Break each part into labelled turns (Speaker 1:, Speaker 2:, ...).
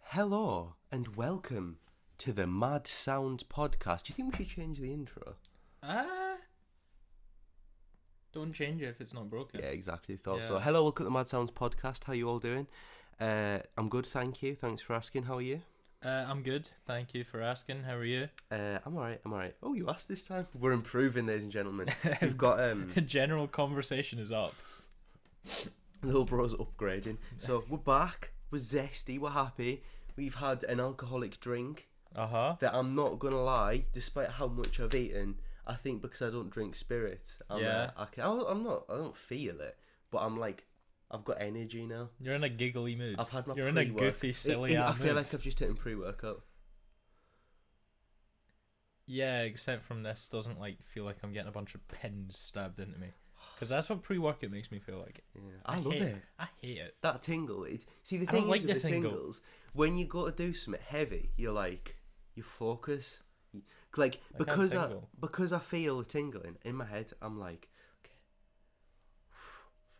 Speaker 1: Hello and welcome to the Mad Sound Podcast. Do you think we should change the intro?
Speaker 2: Ah. Don't change it if it's not broken.
Speaker 1: Yeah, exactly. Thought so.
Speaker 2: Yeah.
Speaker 1: Hello, welcome to the Mad Sounds Podcast. How you all doing? Uh, I'm good, thank you. Thanks for asking. How are you?
Speaker 2: Uh, I'm good. Thank you for asking. How are you?
Speaker 1: Uh, I'm alright. I'm alright. Oh, you asked this time. We're improving, ladies and gentlemen. We've got um,
Speaker 2: General conversation is up.
Speaker 1: Little Bros upgrading. So we're back. We're zesty. We're happy. We've had an alcoholic drink
Speaker 2: Uh huh.
Speaker 1: that I'm not gonna lie. Despite how much I've eaten, I think because I don't drink spirits, I'm,
Speaker 2: Yeah.
Speaker 1: uh, I can, I- I'm not. I don't feel it, but I'm like, I've got energy now.
Speaker 2: You're in a giggly mood.
Speaker 1: I've had my.
Speaker 2: You're in a
Speaker 1: pre-work.
Speaker 2: goofy,
Speaker 1: It-
Speaker 2: silly.
Speaker 1: it- I
Speaker 2: ass
Speaker 1: feel
Speaker 2: mood.
Speaker 1: like I've just taken pre-workout.
Speaker 2: Yeah, except from this doesn't like feel like I'm getting a bunch of pins stabbed into me. Because that's what pre-workout makes me feel like.
Speaker 1: Yeah, I, love
Speaker 2: hate,
Speaker 1: it.
Speaker 2: I hate it.
Speaker 1: That tingle. It, see, the
Speaker 2: I
Speaker 1: thing
Speaker 2: don't
Speaker 1: is
Speaker 2: like
Speaker 1: with
Speaker 2: the
Speaker 1: the
Speaker 2: tingle.
Speaker 1: tingles, when you go to do something heavy, you're like, you focus, You- like
Speaker 2: I can't
Speaker 1: because I
Speaker 2: tingle.
Speaker 1: because I feel the tingling in my head, I'm like, okay,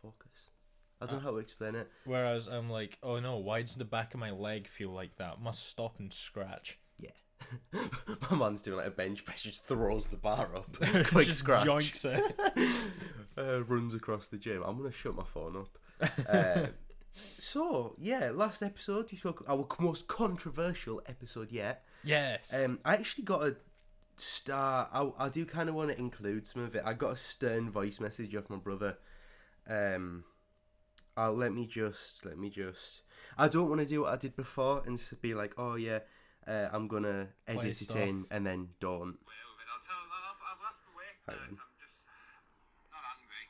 Speaker 1: focus. I don't know how to explain it.
Speaker 2: Whereas I'm like, oh no, why does the back of my leg feel like that? Must stop and scratch.
Speaker 1: Yeah, my man's doing like a bench press, just throws the bar up, quick
Speaker 2: Just
Speaker 1: scratch,
Speaker 2: yoinks it.
Speaker 1: uh, runs across the gym. I'm gonna shut my phone up. Uh, so yeah, last episode you spoke our most controversial episode yet.
Speaker 2: yes.
Speaker 1: Um, I actually got a star. I, I do kind of want to include some of it. I got a stern voice message off my brother. Um, i let me just let me just. I don't want to do what I did before and s- be like, oh yeah, uh, I'm gonna edit it
Speaker 2: stuff.
Speaker 1: in and then don't.
Speaker 3: Well, then I'll tell I've, I've lost my weight now. so I'm just not angry,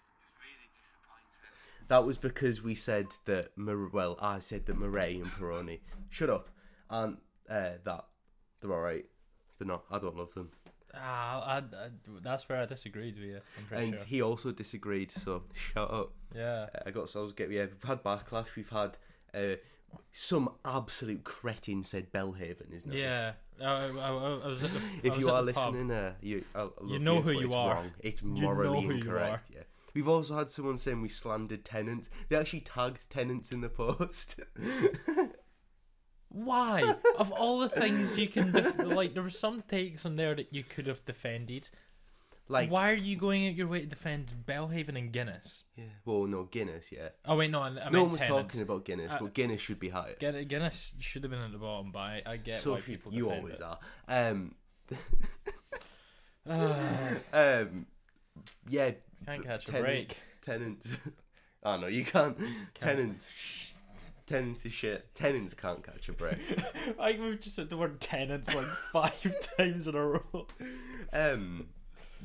Speaker 3: just really disappointed.
Speaker 1: That was because we said that. Mar- well, I said that Murray and Peroni. Shut up. Aren't uh, that? They're all right. They're not. I don't love them.
Speaker 2: Ah, I, I- that's where I disagreed with you. I'm pretty
Speaker 1: And
Speaker 2: sure.
Speaker 1: he also disagreed. So shut up.
Speaker 2: yeah.
Speaker 1: I got so I was get yeah. We've had backlash. We've had uh, some absolute cretin said Bellhaven is nice.
Speaker 2: Yeah. I, I, I- I was at the, I
Speaker 1: If
Speaker 2: was
Speaker 1: you
Speaker 2: at
Speaker 1: are
Speaker 2: the pub.
Speaker 1: listening, uh, you I love
Speaker 2: You know who
Speaker 1: but
Speaker 2: you
Speaker 1: it's
Speaker 2: are.
Speaker 1: Wrong. It's
Speaker 2: know
Speaker 1: morally
Speaker 2: who you
Speaker 1: incorrect. Yeah. We've also had someone saying we slandered tenants. They actually tagged tenants in the post.
Speaker 2: Why? of all the things you can def- like, there were some takes on there that you could have defended.
Speaker 1: like,
Speaker 2: Why are you going out your way to defend Belhaven and Guinness?
Speaker 1: Yeah. Well, no Guinness. Yeah.
Speaker 2: Oh wait, no, I, I
Speaker 1: no one
Speaker 2: meant
Speaker 1: was
Speaker 2: tenants.
Speaker 1: talking about Guinness,
Speaker 2: Uh,
Speaker 1: but Guinness should be higher.
Speaker 2: Guin- Guinness should have been at the bottom, but I, I get
Speaker 1: so
Speaker 2: why
Speaker 1: should-
Speaker 2: people.
Speaker 1: you
Speaker 2: defend
Speaker 1: always
Speaker 2: it.
Speaker 1: are. Um,
Speaker 2: Ah,
Speaker 1: um, yeah.
Speaker 2: can't
Speaker 1: b-
Speaker 2: catch a
Speaker 1: tenant-
Speaker 2: break.
Speaker 1: Tenants. oh no, you can't. Tenants. Tenants is shit. Tenants can't catch a break.
Speaker 2: I think we've just said the word tenants like five times in a row.
Speaker 1: um,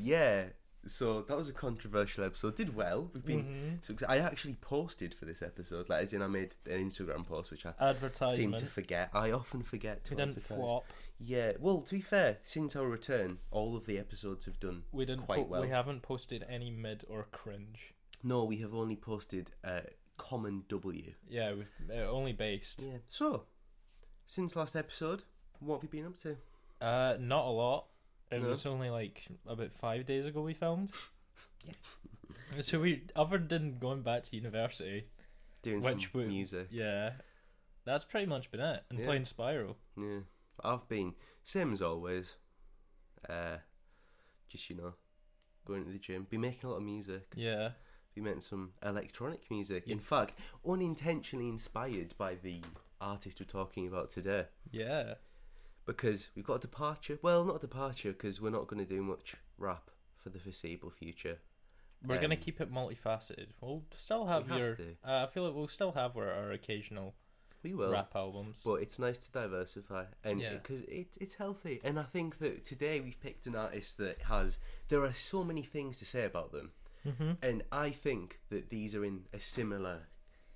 Speaker 1: yeah. So that was a controversial episode. Did well. We've
Speaker 2: Mm-hmm.
Speaker 1: been. success I actually posted for this episode. Like, as in, I made an Instagram post, which I seem
Speaker 2: Advertisement.
Speaker 1: to forget. I often forget to
Speaker 2: we didn't
Speaker 1: advertise.
Speaker 2: flop.
Speaker 1: Yeah. Well, to be fair, since our return, all of the episodes have done
Speaker 2: We didn't.
Speaker 1: quite
Speaker 2: po-
Speaker 1: well.
Speaker 2: We haven't posted any mid or cringe.
Speaker 1: No, we have only posted uh, common W.
Speaker 2: Yeah, we've uh, only based.
Speaker 1: Yeah. So, since last episode, what have you been up to?
Speaker 2: Uh, not a lot. It
Speaker 1: No.
Speaker 2: was only like about five days ago we filmed. So we, other than going back to university,
Speaker 1: Doing
Speaker 2: which
Speaker 1: some
Speaker 2: we,
Speaker 1: music.
Speaker 2: yeah, that's pretty much been it. And
Speaker 1: Yeah.
Speaker 2: playing Spiral.
Speaker 1: Yeah. I've been same as always. Uh, just you know, going to the gym, be making a lot of music,
Speaker 2: Yeah,
Speaker 1: be making some electronic music. In fact, unintentionally inspired by the artist we're talking about today,
Speaker 2: yeah.
Speaker 1: because we've got a departure. Well, not a departure, because we're not going to do much rap for the foreseeable future.
Speaker 2: We're gonna
Speaker 1: Um,
Speaker 2: keep it multifaceted. We'll still have,
Speaker 1: we have
Speaker 2: your.
Speaker 1: to.
Speaker 2: Uh, I feel like we'll still have our, our occasional
Speaker 1: We will.
Speaker 2: rap albums.
Speaker 1: But it's nice to diversify, and
Speaker 2: Yeah.
Speaker 1: because it, it's healthy. And I think that today we've picked an artist that has there are so many things to say about them, mm-hmm. and I think that these are in a similar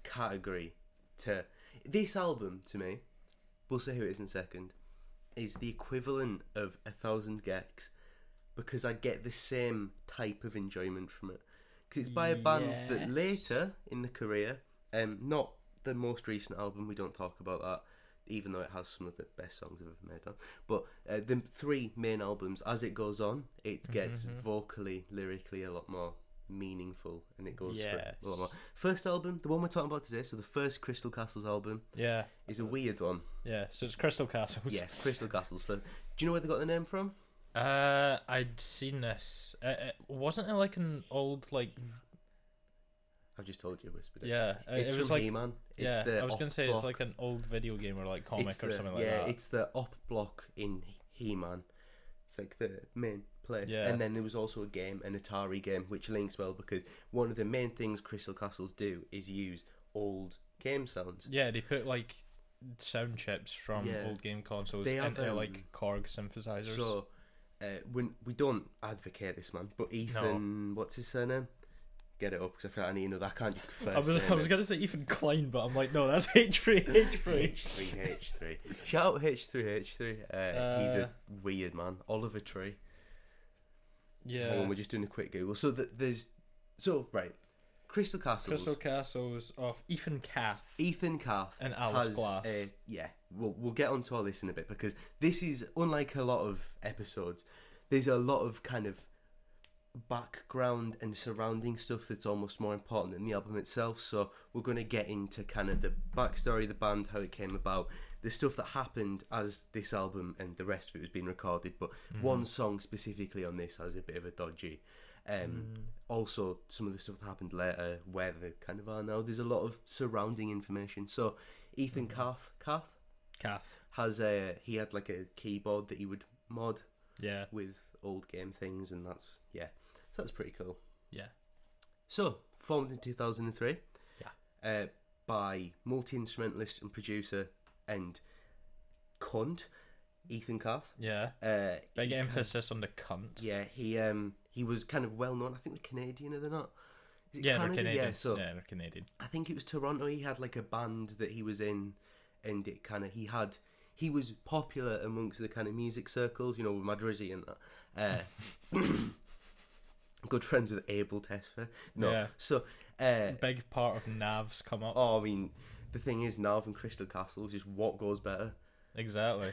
Speaker 1: category to this album. To me, we'll say who it is in a second. Is the equivalent of a thousand gecks because I get the same type of enjoyment from it. Because it's by a band that
Speaker 2: Yes.
Speaker 1: later in the career, um, not the most recent album, we don't talk about that, even though it has some of the best songs I've ever made on. But uh,
Speaker 2: Mm-hmm,
Speaker 1: the three main albums, as it goes on, it gets vocally, lyrically a lot more meaningful, and it goes
Speaker 2: Yes.
Speaker 1: for a lot more. First album, the one we're talking about today, so the first Crystal Castles album
Speaker 2: Yeah,
Speaker 1: is a weird one.
Speaker 2: yeah. So it's Crystal Castles.
Speaker 1: Yes, Crystal Castles. First. Do you know where they got the name from?
Speaker 2: Uh, I'd seen this. Uh, it wasn't it like an old like
Speaker 1: I've just told you, whispered it.
Speaker 2: yeah? uh,
Speaker 1: it's
Speaker 2: it was
Speaker 1: from
Speaker 2: like
Speaker 1: He-Man.
Speaker 2: yeah.
Speaker 1: it's the
Speaker 2: I was
Speaker 1: op
Speaker 2: gonna say it's
Speaker 1: block-
Speaker 2: like an old video game or like comic
Speaker 1: it's
Speaker 2: or
Speaker 1: the-
Speaker 2: something like
Speaker 1: yeah,
Speaker 2: that.
Speaker 1: it's the op block in He-Man. It's like the main place.
Speaker 2: Yeah.
Speaker 1: And then there was also a game, an Atari game, which links well because one of the main things Crystal Castles do is use old game sounds.
Speaker 2: yeah, they put like sound chips from
Speaker 1: Yeah.
Speaker 2: old game consoles
Speaker 1: They have,
Speaker 2: into like
Speaker 1: um,
Speaker 2: Korg synthesizers.
Speaker 1: So uh, when we don't advocate this man, but Ethan, what's his surname? Get it up because I feel like I need another. I can't just first.
Speaker 2: I was, I was gonna say Ethan Klein, but I'm like, no, that's H three H three.
Speaker 1: H three H three. Shout out H three H three. He's a
Speaker 2: Uh,
Speaker 1: weird man. Oliver Tree.
Speaker 2: Yeah.
Speaker 1: Hold on, we're just doing a quick Google. So th there's so right, Crystal Castles.
Speaker 2: Crystal Castles of Ethan Cath.
Speaker 1: Ethan Calf
Speaker 2: And Alice
Speaker 1: has
Speaker 2: Glass.
Speaker 1: a- yeah, we'll we'll get onto all this in a bit because this is unlike a lot of episodes. There's a lot of kind of background and surrounding stuff that's almost more important than the album itself. So we're going to get into kind of the backstory of the band, how it came about, the stuff that happened as this album and the rest of it was being recorded. But one song specifically on this has a bit of a dodgy. Um, Also, some of the stuff that happened later, where they kind of are now. There's a lot of surrounding information. So Ethan Calf, Calf
Speaker 2: Cath.
Speaker 1: has a he had like a keyboard that he would mod
Speaker 2: Yeah.
Speaker 1: with old game things, and that's yeah, so that's pretty cool.
Speaker 2: Yeah.
Speaker 1: So formed in two thousand and three,
Speaker 2: Yeah.
Speaker 1: uh, by multi instrumentalist and producer and cunt Ethan Calf.
Speaker 2: Yeah.
Speaker 1: Uh,
Speaker 2: Big
Speaker 1: he kind-
Speaker 2: emphasis on the cunt.
Speaker 1: yeah, he um he was kind of well known. I think the Canadian are they not? Is it
Speaker 2: Yeah,
Speaker 1: Canada?
Speaker 2: they're Canadian.
Speaker 1: Yeah, so
Speaker 2: yeah, they're Canadian.
Speaker 1: I think it was Toronto. He had like a band that he was in, and it kind of he had he was popular amongst the kind of music circles, you know, with Madrizzi and that. Uh, good friends with Abel Tesfa. No,
Speaker 2: Yeah.
Speaker 1: so uh,
Speaker 2: Big part of Nav's come up.
Speaker 1: oh, I mean, the thing is, Nav and Crystal Castles just what goes better.
Speaker 2: Exactly.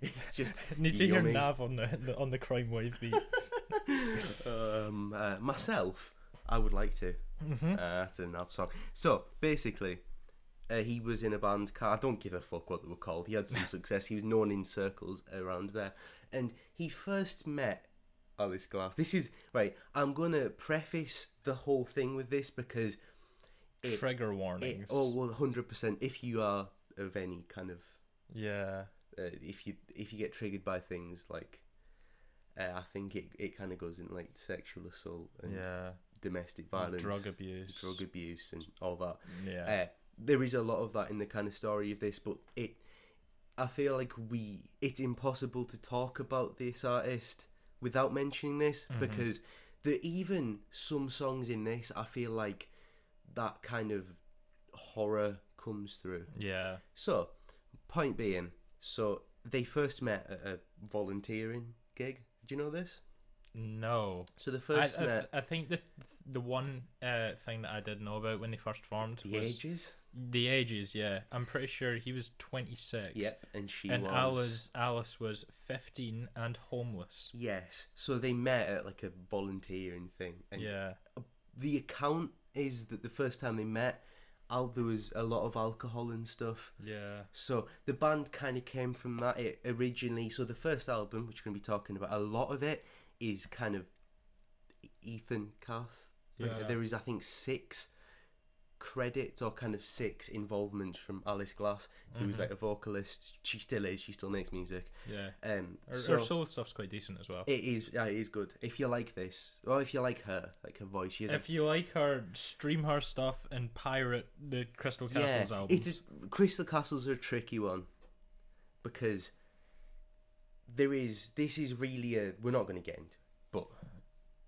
Speaker 1: It's just
Speaker 2: Need to hear
Speaker 1: yummy.
Speaker 2: Nav on the, the on the crime wave beat.
Speaker 1: um, uh, myself, I would like to.
Speaker 2: Mm-hmm.
Speaker 1: Uh, that's a Nav song. So basically, uh, he was in a band. ca- I don't give a fuck what they were called. He had some success. He was known in circles around there, and he first met Alice Glass. This is right. I'm gonna preface the whole thing with this because It-
Speaker 2: Trigger
Speaker 1: it,
Speaker 2: warnings.
Speaker 1: oh well, hundred percent. If you are of any kind of
Speaker 2: Yeah.
Speaker 1: uh, if you if you get triggered by things like uh, I think it, it kind of goes in like sexual assault and
Speaker 2: Yeah.
Speaker 1: domestic um, violence,
Speaker 2: Drug abuse.
Speaker 1: drug abuse, and all that.
Speaker 2: yeah.
Speaker 1: Uh, there is a lot of that in the kind of story of this, but it I feel like we it's impossible to talk about this artist without mentioning this
Speaker 2: Mm-hmm.
Speaker 1: because the even some songs in this I feel like that kind of horror comes through.
Speaker 2: yeah.
Speaker 1: So, point being, so they first met at a volunteering gig. Do you know this?
Speaker 2: No.
Speaker 1: So the
Speaker 2: I, I,
Speaker 1: first
Speaker 2: th-
Speaker 1: met
Speaker 2: I think the the one uh, thing that I did know about when they first formed
Speaker 1: the
Speaker 2: was
Speaker 1: ages.
Speaker 2: the ages. Yeah, I'm pretty sure he was 26.
Speaker 1: Yep, and she
Speaker 2: and
Speaker 1: was.
Speaker 2: Alice Alice was 15 and homeless.
Speaker 1: Yes, so they met at like a volunteering thing, and
Speaker 2: Yeah.
Speaker 1: the account is that the first time they met, al- there was a lot of alcohol and stuff.
Speaker 2: Yeah.
Speaker 1: So the band kind of came from that it originally. So the first album, which we're going to be talking about, a lot of it is kind of Ethan Calf.
Speaker 2: Yeah.
Speaker 1: There is, I think, six credits or kind of six involvements from Alice Glass, who was like a vocalist. She still is. She still makes music.
Speaker 2: Mm-hmm. Yeah.
Speaker 1: Um,
Speaker 2: Her,
Speaker 1: so
Speaker 2: her soul stuff's quite decent as well.
Speaker 1: it is. Yeah, it is good. If you like this, or if you like her, like her voice, she is. a
Speaker 2: If you like her, stream her stuff and pirate the Crystal Castles album.
Speaker 1: It's a, Crystal Castles are a tricky one because there is this is really a we're not going to get into, it, but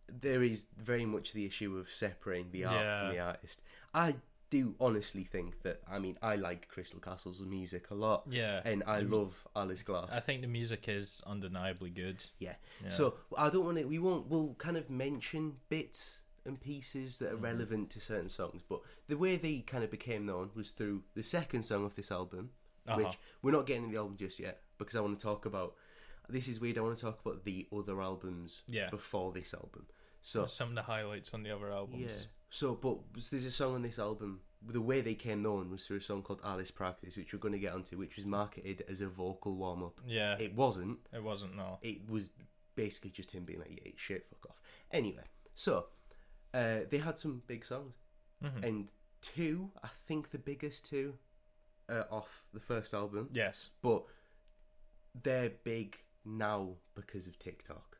Speaker 1: there is very much the issue of separating the art
Speaker 2: Yeah.
Speaker 1: from the artist. I do honestly think that I mean I like Crystal Castles' music a lot,
Speaker 2: Yeah. Mm.
Speaker 1: and I love Alice Glass.
Speaker 2: I think the music is undeniably good.
Speaker 1: Yeah.
Speaker 2: Yeah.
Speaker 1: So I don't want to. We won't. We'll kind of mention bits and pieces that are
Speaker 2: Mm-hmm.
Speaker 1: relevant to certain songs, but the way they kind of became known was through the second song of this album,
Speaker 2: Uh-huh.
Speaker 1: which we're not getting into the album just yet because I want to talk about. This is weird. I want to talk about the other albums
Speaker 2: Yeah.
Speaker 1: before this album. So
Speaker 2: Some of the highlights on the other
Speaker 1: yeah.
Speaker 2: albums.
Speaker 1: So, but was- there's a song on this album. The way they came known was through a song called Alice Practice, which we're going to get onto, which was marketed as a vocal warm up.
Speaker 2: Yeah, it,
Speaker 1: It wasn't.
Speaker 2: wasn't no.
Speaker 1: It was basically just him being like, yeah, it's shit, fuck off. Anyway, so uh, they had some big songs.
Speaker 2: Mhm.
Speaker 1: And two, I think the biggest two, uh, off the first album.
Speaker 2: Yes,
Speaker 1: But they're big now because of TikTok.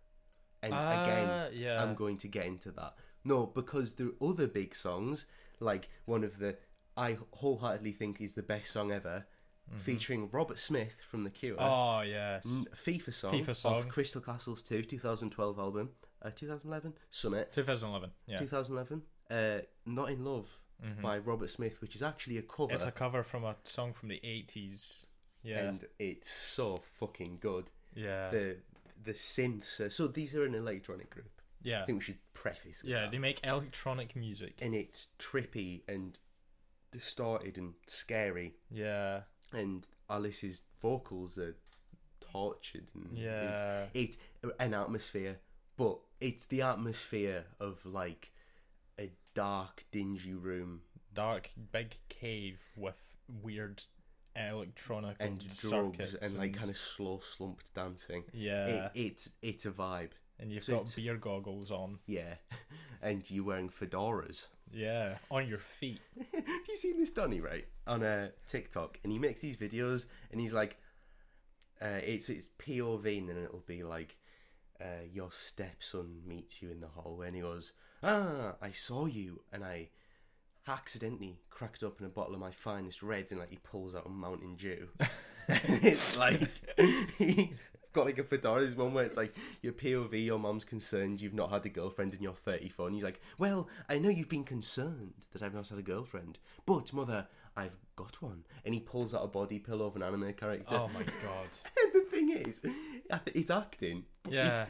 Speaker 1: And
Speaker 2: Ah,
Speaker 1: again,
Speaker 2: yeah.
Speaker 1: I'm going to get into that. No, because there are other big songs, like one of the I wholeheartedly think is the best song ever,
Speaker 2: Mm-hmm.
Speaker 1: featuring Robert Smith from The Cure.
Speaker 2: Oh yes.
Speaker 1: N- FIFA song,
Speaker 2: FIFA song.
Speaker 1: of Crystal Castles 2, 2012 album, uh, 2011 Summit,
Speaker 2: 2011. Yeah. Mm-hmm.
Speaker 1: 2011 uh, Not in Love by Robert Smith, which is actually a cover,
Speaker 2: It's a cover from a song from the 80s. Yeah.
Speaker 1: and it's so fucking good.
Speaker 2: yeah.
Speaker 1: the the synths. Are, so these are an electronic group.
Speaker 2: yeah.
Speaker 1: I think we should preface. With
Speaker 2: Yeah,
Speaker 1: that.
Speaker 2: they make electronic music.
Speaker 1: and it's trippy and distorted and scary,
Speaker 2: Yeah.
Speaker 1: and Alice's vocals are tortured. And
Speaker 2: Yeah.
Speaker 1: it's, it's an atmosphere, but it's the atmosphere of like a dark, dingy room
Speaker 2: Dark big cave with weird electronic
Speaker 1: and drugs
Speaker 2: circuits
Speaker 1: and like kind of slow, slumped dancing.
Speaker 2: Yeah.
Speaker 1: It, it's it's a vibe.
Speaker 2: and you've
Speaker 1: so
Speaker 2: got
Speaker 1: it's-
Speaker 2: beer goggles on.
Speaker 1: Yeah, and you're wearing fedoras.
Speaker 2: Yeah, on your feet.
Speaker 1: Have you seen this Donny right on a uh, TikTok? And he makes these videos, and he's like, uh, it's it's POV, and then it'll be like, uh, your stepson meets you in the hallway, and he goes, ah, I saw you, and I accidentally cracked open a bottle of my finest reds, and like he pulls out a Mountain Dew. and it's like he's got like a fedora. There's one where it's like your POV, your mum's concerned you've not had a girlfriend, and you're 34, and he's like, "Well, I know you've been concerned that I've not had a girlfriend, but mother, I've got one." And he pulls out a body pillow of an anime character.
Speaker 2: Oh my god.
Speaker 1: And the thing is, I th- it's acting. but
Speaker 2: Yeah.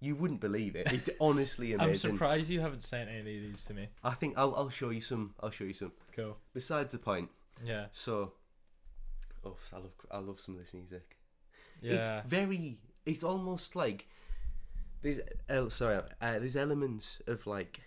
Speaker 1: You wouldn't believe it. It's honestly
Speaker 2: I'm
Speaker 1: amazing.
Speaker 2: surprised you haven't sent any of these to me.
Speaker 1: I think I'll, I'll show you some. I'll show you some.
Speaker 2: Cool.
Speaker 1: Besides the point,
Speaker 2: Yeah.
Speaker 1: so, oh, I love I love some of this music.
Speaker 2: Yeah.
Speaker 1: It's very. It's almost like there's el- sorry. Uh, there's elements of like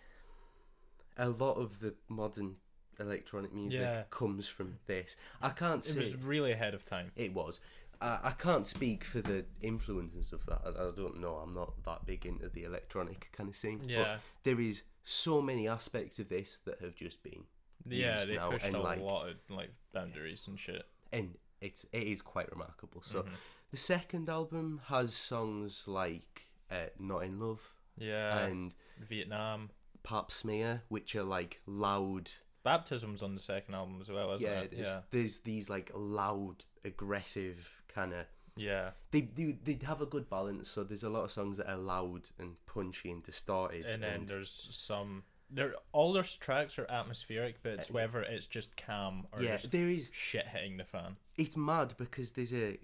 Speaker 1: a lot of the modern electronic music
Speaker 2: Yeah.
Speaker 1: comes from this. I can't
Speaker 2: It
Speaker 1: say
Speaker 2: was really ahead of time.
Speaker 1: it was. I, I can't speak for the influence and stuff that I, I don't know. I'm not that big into the electronic kind of scene.
Speaker 2: Yeah.
Speaker 1: But there is so many aspects of this that have just been
Speaker 2: Yeah,
Speaker 1: used
Speaker 2: they
Speaker 1: now
Speaker 2: pushed
Speaker 1: and
Speaker 2: a
Speaker 1: like
Speaker 2: lot of like boundaries and shit.
Speaker 1: and it's it is quite remarkable. So
Speaker 2: Mm-hmm.
Speaker 1: the second album has songs like uh, "Not in Love"
Speaker 2: Yeah.
Speaker 1: and
Speaker 2: Vietnam.
Speaker 1: "Pap Smear," which are like loud.
Speaker 2: Baptism's on the second album as well, isn't
Speaker 1: yeah,
Speaker 2: it?
Speaker 1: it is.
Speaker 2: Yeah.
Speaker 1: There's these like loud, aggressive kind of.
Speaker 2: Yeah.
Speaker 1: They do. They have a good balance. So there's a lot of songs that are loud and punchy and distorted.
Speaker 2: And then there's some there all their tracks are atmospheric, but it's whether it's just calm or
Speaker 1: Uh, yeah,
Speaker 2: just
Speaker 1: there is.
Speaker 2: shit hitting the fan.
Speaker 1: It's mad because there's a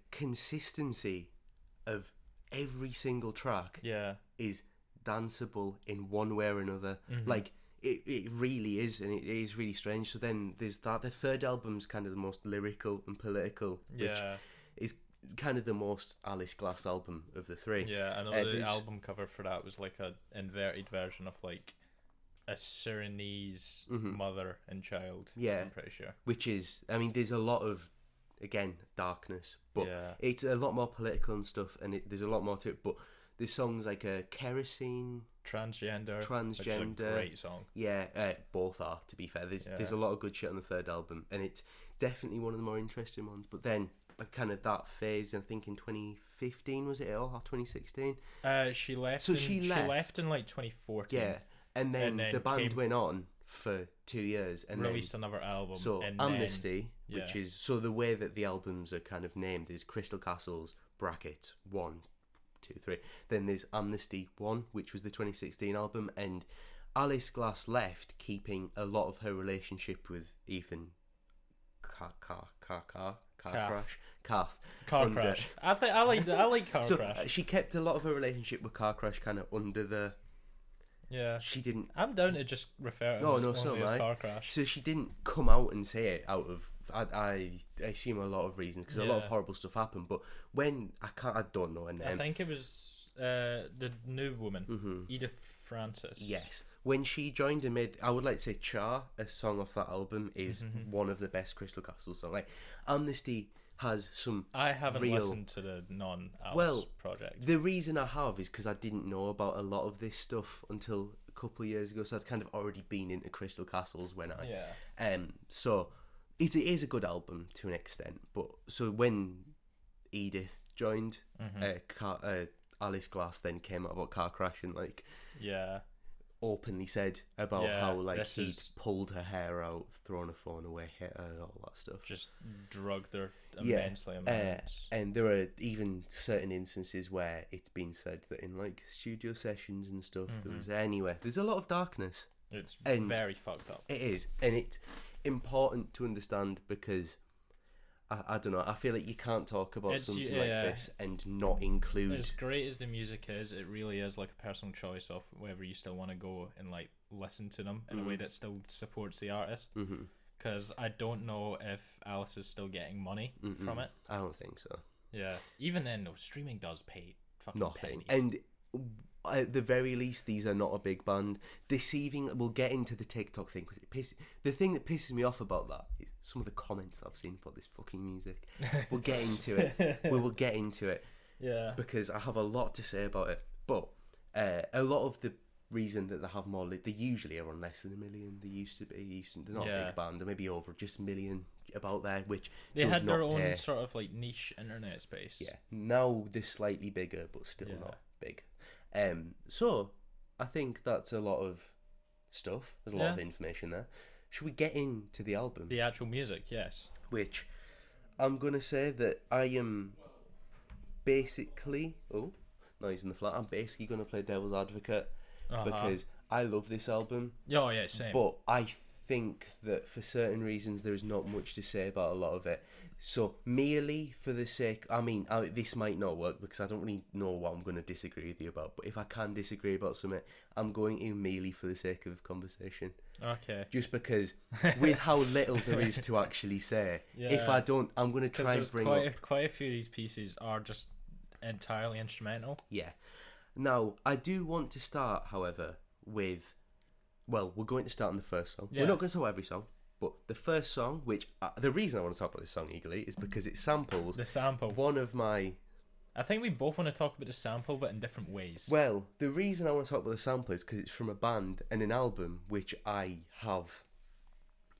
Speaker 1: consistency of every single track.
Speaker 2: Yeah. Mm-hmm.
Speaker 1: is danceable in one way or another. Like it, it really is, and it is really strange. So then there's that. The third album's kind of the most lyrical and political,
Speaker 2: Yeah.
Speaker 1: which is kind of the most Alice Glass album of the three.
Speaker 2: Yeah. I know
Speaker 1: Uh,
Speaker 2: the
Speaker 1: there's-
Speaker 2: album cover for that was like a inverted version of like a Surinese mother and child.
Speaker 1: Mm-hmm. Yeah.
Speaker 2: I'm pretty sure.
Speaker 1: Which is, I mean, there's a lot of again darkness, but
Speaker 2: Yeah.
Speaker 1: it's a lot more political and stuff, and it, there's a lot more to it. But there's songs like uh, kerosene.
Speaker 2: Transgender. Which is a
Speaker 1: Transgender.
Speaker 2: great song.
Speaker 1: Yeah, uh, both are. To be fair, there's there's a
Speaker 2: Yeah.
Speaker 1: lot of good shit on the third album, and it's definitely one of the more interesting ones. But then, uh, kind of that phase, I think in 2015 was it or 2016?
Speaker 2: Uh, she left.
Speaker 1: So
Speaker 2: in,
Speaker 1: she
Speaker 2: she
Speaker 1: left.
Speaker 2: left in like 2014.
Speaker 1: Yeah, and then,
Speaker 2: And then
Speaker 1: the band
Speaker 2: came-
Speaker 1: went on for two years, and
Speaker 2: Released
Speaker 1: then
Speaker 2: another album.
Speaker 1: so
Speaker 2: and then-
Speaker 1: Amnesty, which
Speaker 2: yeah.
Speaker 1: is so the way that the albums are kind of named is Crystal Castles brackets one, two, three. Then there's Amnesty one, which was the 2016 album, and Alice Glass left, keeping a lot of her relationship with Ethan. Car, car, car, car, car
Speaker 2: Calf.
Speaker 1: crash, calf.
Speaker 2: Car
Speaker 1: under-
Speaker 2: crash. I think I like I like car
Speaker 1: So
Speaker 2: crash.
Speaker 1: uh, she kept a lot of her relationship with car crash kind of under the.
Speaker 2: Yeah.
Speaker 1: She didn't
Speaker 2: I'm down to just refer to
Speaker 1: No,
Speaker 2: him
Speaker 1: no,
Speaker 2: as
Speaker 1: so
Speaker 2: only
Speaker 1: am
Speaker 2: as
Speaker 1: I.
Speaker 2: car crash.
Speaker 1: So she didn't come out and say it out of. I I, I assume a lot of reasons because a lot of
Speaker 2: Yeah.
Speaker 1: horrible stuff happened. But when I can't, I don't know. And
Speaker 2: I
Speaker 1: um, mm-hmm.
Speaker 2: think it was uh, the new woman, Edith Francis.
Speaker 1: Yes. When she joined and made, I would like to say Char, a song off that album, is
Speaker 2: Mm-hmm.
Speaker 1: one of the best Crystal Castle songs. Like, Amnesty has some.
Speaker 2: I haven't
Speaker 1: real-
Speaker 2: listened to the non Alice
Speaker 1: Well,
Speaker 2: project.
Speaker 1: The reason I have is because I didn't know about a lot of this stuff until a couple of years ago, so I'd kind of already been into Crystal Castles when I.
Speaker 2: Yeah.
Speaker 1: Um, so it, it is a good album to an extent, but so when Edith joined,
Speaker 2: Mm-hmm.
Speaker 1: uh, Car, uh, Alice Glass then came out about Car Crash and like
Speaker 2: Yeah.
Speaker 1: openly said about
Speaker 2: Yeah,
Speaker 1: how like
Speaker 2: this
Speaker 1: he'd
Speaker 2: is-
Speaker 1: pulled her hair out, thrown her phone away, hit her, and all that stuff.
Speaker 2: Just drugged her
Speaker 1: Yeah,
Speaker 2: immensely.
Speaker 1: Uh,
Speaker 2: immense.
Speaker 1: and there are even certain instances where it's been said that in like studio sessions and stuff,
Speaker 2: Mm-hmm.
Speaker 1: there was anywhere. There's a lot of darkness.
Speaker 2: it's
Speaker 1: and-
Speaker 2: very fucked up.
Speaker 1: It is, and it's important to understand because I, I don't know. I feel like you can't talk about
Speaker 2: It's-
Speaker 1: something
Speaker 2: yeah.
Speaker 1: like this and not include.
Speaker 2: As great as the music is, it really is like a personal choice of whether you still want to go and like listen to them in a
Speaker 1: Mm-hmm.
Speaker 2: way that still supports the artist. Because I don't know if Alice is still getting money from it.
Speaker 1: I don't think so.
Speaker 2: Yeah. Even then, though, streaming does pay fucking
Speaker 1: Nothing.
Speaker 2: pennies.
Speaker 1: And uh, at the very least, these are not a big band. This evening, we'll get into the TikTok thing because it pisses. The thing that pisses me off about that is some of the comments I've seen about this fucking music. we'll get into it. We will get into it
Speaker 2: yeah.
Speaker 1: because I have a lot to say about it. But uh, a lot of the reason that they have more, li- they usually are on less than a million. They used to be, used to, they're not a
Speaker 2: Yeah.
Speaker 1: big band. They're maybe over just a million about there, which
Speaker 2: They
Speaker 1: does
Speaker 2: had their
Speaker 1: not
Speaker 2: own
Speaker 1: pay.
Speaker 2: sort of like niche internet space.
Speaker 1: Yeah. Now they're slightly bigger, but still
Speaker 2: Yeah.
Speaker 1: not big. Um. So I think that's a lot of stuff. There's a lot
Speaker 2: Yeah.
Speaker 1: of information there. Should we get into the album?
Speaker 2: The actual music, yes.
Speaker 1: Which I'm gonna say that I am basically oh noise in the flat. I'm basically gonna play devil's advocate
Speaker 2: Uh-huh.
Speaker 1: because I love this album,
Speaker 2: Yeah, Oh, yeah, same.
Speaker 1: but I think that for certain reasons there is not much to say about a lot of it. So merely for the sake, I mean, I, this might not work because I don't really know what I'm going to disagree with you about. But if I can disagree about something, I'm going to merely for the sake of conversation,
Speaker 2: okay.
Speaker 1: just because with how little there is to actually say, if
Speaker 2: Yeah.
Speaker 1: I don't, I'm going to try and
Speaker 2: Because
Speaker 1: bring
Speaker 2: quite,
Speaker 1: up.
Speaker 2: a, quite a few of these pieces are just entirely instrumental.
Speaker 1: Yeah. Now, I do want to start, however, with. Well, we're going to start on the first song. We're not
Speaker 2: Yes.
Speaker 1: going to talk about every song, but the first song, which. Uh, the reason I want to talk about this song eagerly is because it samples
Speaker 2: The sample.
Speaker 1: one of my.
Speaker 2: I think we both want to talk about the sample, but in different ways.
Speaker 1: Well, the reason I want to talk about the sample is because it's from a band and an album which I have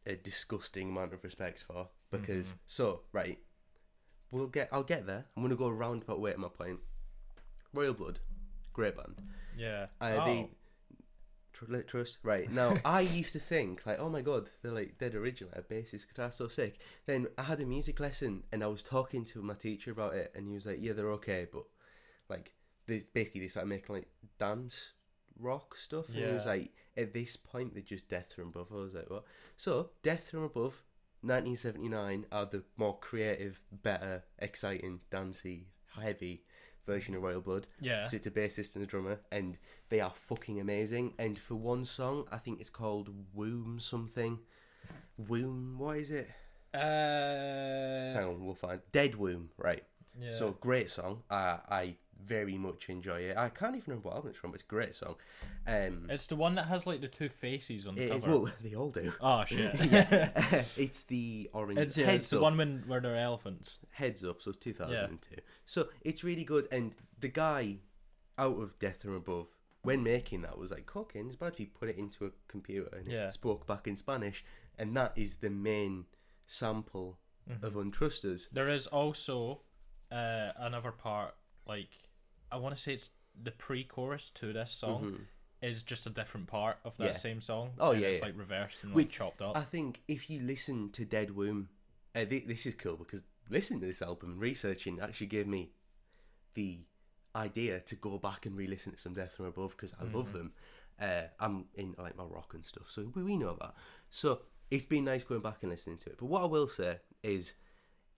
Speaker 1: a disgusting amount of respect for. Because. So, right. We'll get. I'll get there. I'm going to go a roundabout way at my point. Royal Blood. Great band.
Speaker 2: yeah.
Speaker 1: Uh,
Speaker 2: oh.
Speaker 1: They tr- let trust right now. I used to think like, oh my god, they're like dead originally. A bassist guitar so sick. Then I had a music lesson and I was talking to my teacher about it, and he was like, yeah, they're okay, but like they basically they started making like dance rock stuff, and he was
Speaker 2: Yeah.
Speaker 1: like, at this point they're just Death From Above. I was like, what? So Death From Above. 1979 are the more creative, better, exciting, dancey, heavy version of Royal Blood.
Speaker 2: Yeah.
Speaker 1: So it's a bassist and a drummer, and they are fucking amazing. And for one song, I think it's called Womb something. Womb, what is it?
Speaker 2: Uh,
Speaker 1: Hang on, we'll find. Dead Womb, right.
Speaker 2: yeah.
Speaker 1: So great song. Uh, I very much enjoy it. I can't even remember what album it's from, but it's a great song. Um,
Speaker 2: it's the one that has like the two faces on the
Speaker 1: it-
Speaker 2: cover.
Speaker 1: well, they all do.
Speaker 2: oh shit!
Speaker 1: it's the orange.
Speaker 2: it's, yeah,
Speaker 1: Heads
Speaker 2: it's the
Speaker 1: Up.
Speaker 2: one when where they're elephants.
Speaker 1: Heads Up, so it's 2002. So it's really good. And the guy out of Death or Above, when making that, was like, cocaine is bad if you put it into a computer and
Speaker 2: Yeah.
Speaker 1: it spoke back in Spanish. And that is the main sample
Speaker 2: Mm-hmm.
Speaker 1: of Untrusters.
Speaker 2: There is also uh, another part, like I want to say it's the pre-chorus to this song, is just a different part of that
Speaker 1: Mm-hmm. Yeah.
Speaker 2: same song.
Speaker 1: Oh,
Speaker 2: and
Speaker 1: yeah,
Speaker 2: it's
Speaker 1: yeah.
Speaker 2: like reversed and like
Speaker 1: Which-
Speaker 2: chopped up.
Speaker 1: I think if you listen to Dead Womb, uh, thi- this is cool because listening to this album, researching actually gave me the idea to go back and re-listen to some Death from Above because I
Speaker 2: Mm.
Speaker 1: love them. Uh, I'm in like my rock and stuff, so we, we know that. So it's been nice going back and listening to it. But what I will say is,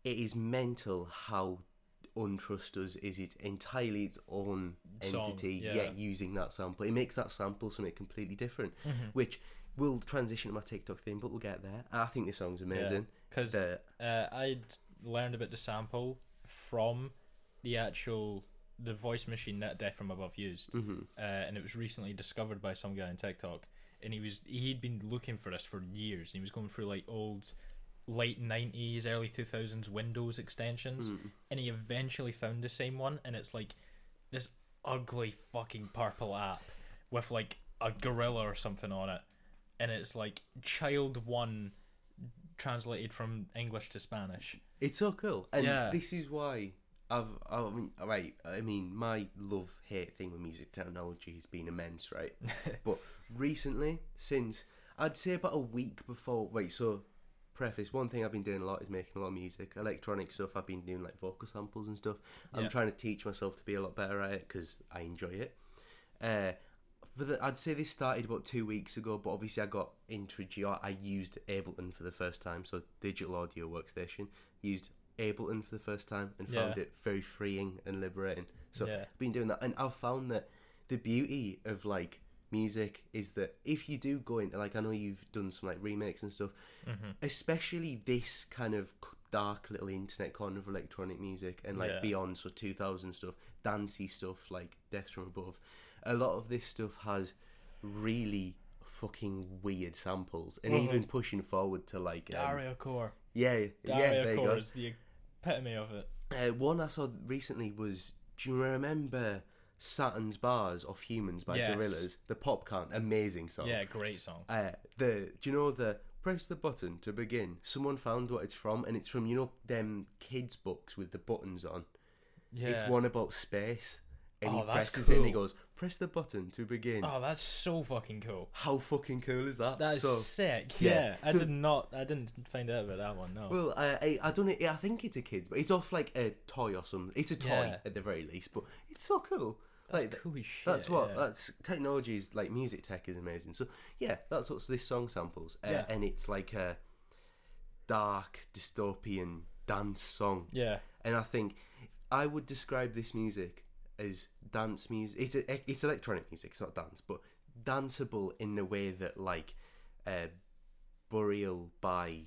Speaker 1: it is mental how Untrust Us is its entirely its own
Speaker 2: Song,
Speaker 1: entity,
Speaker 2: yeah.
Speaker 1: yet using that sample. It makes that sample something completely different, which will transition to my TikTok thing, but we'll get there. I think this song's amazing.
Speaker 2: Because
Speaker 1: The-
Speaker 2: uh, I learned about the sample from the actual the voice machine that Death from Above used, uh, and it was recently discovered by some guy on TikTok, and he was he'd been looking for this for years. He was going through like old late nineties, early two thousands Windows extensions, and he eventually found the same one, and it's like this ugly fucking purple app with like a gorilla or something on it, and it's like Child One translated from English to Spanish.
Speaker 1: It's so cool, and
Speaker 2: Yeah.
Speaker 1: this is why I've. I mean, right. I mean, my love hate thing with music technology has been immense, right? but recently, since I'd say about a week before, wait. So, preface. One thing I've been doing a lot is making a lot of music, electronic stuff. I've been doing like vocal samples and stuff. I'm
Speaker 2: Yeah.
Speaker 1: trying to teach myself to be a lot better at it because I enjoy it. Uh, for the, I'd say this started about two weeks ago, but obviously I got introduced. I used Ableton for the first time, so digital audio workstation. Used Ableton for the first time and found
Speaker 2: Yeah.
Speaker 1: it very freeing and liberating. So
Speaker 2: Yeah.
Speaker 1: I've been doing that, and I've found that the beauty of like music is that if you do go into like I know you've done some like remakes and stuff,
Speaker 2: Mm-hmm.
Speaker 1: especially this kind of c- dark little internet corner of electronic music and like
Speaker 2: Yeah.
Speaker 1: beyond, so 2000 stuff, dancey stuff like Death from Above. A lot of this stuff has really fucking weird samples and even pushing forward to like um,
Speaker 2: Dario Core.
Speaker 1: yeah yeah there
Speaker 2: Dario
Speaker 1: you
Speaker 2: Core
Speaker 1: go
Speaker 2: is the epitome of it.
Speaker 1: uh, one I saw recently was do you remember Saturn's Bars off Humans by
Speaker 2: Yes.
Speaker 1: Gorillas? The pop can amazing song.
Speaker 2: Yeah, great song.
Speaker 1: Uh, the do you know the press the button to begin? Someone found what it's from, and it's from you know them kids books with the buttons on.
Speaker 2: Yeah.
Speaker 1: It's one about space, and he
Speaker 2: Oh, that's
Speaker 1: presses it and he
Speaker 2: cool.
Speaker 1: goes press the button to begin.
Speaker 2: Oh, that's so fucking cool.
Speaker 1: How fucking cool is that?
Speaker 2: That's
Speaker 1: so,
Speaker 2: sick.
Speaker 1: yeah.
Speaker 2: Yeah, I
Speaker 1: So-
Speaker 2: did not. I didn't find out about that one. No.
Speaker 1: Well, uh, I I don't know. I think it's a kids, but it's off like a toy or something. It's a toy
Speaker 2: Yeah.
Speaker 1: at the very least, but it's so cool.
Speaker 2: that's
Speaker 1: like,
Speaker 2: cool as shit.
Speaker 1: That's what.
Speaker 2: yeah.
Speaker 1: That's technology is like music tech is amazing. So yeah, that's what this song samples, uh,
Speaker 2: Yeah.
Speaker 1: and it's like a dark dystopian dance song.
Speaker 2: Yeah.
Speaker 1: And I think I would describe this music as dance music. It's a, it's electronic music. It's not dance, but danceable in the way that like uh, Burial by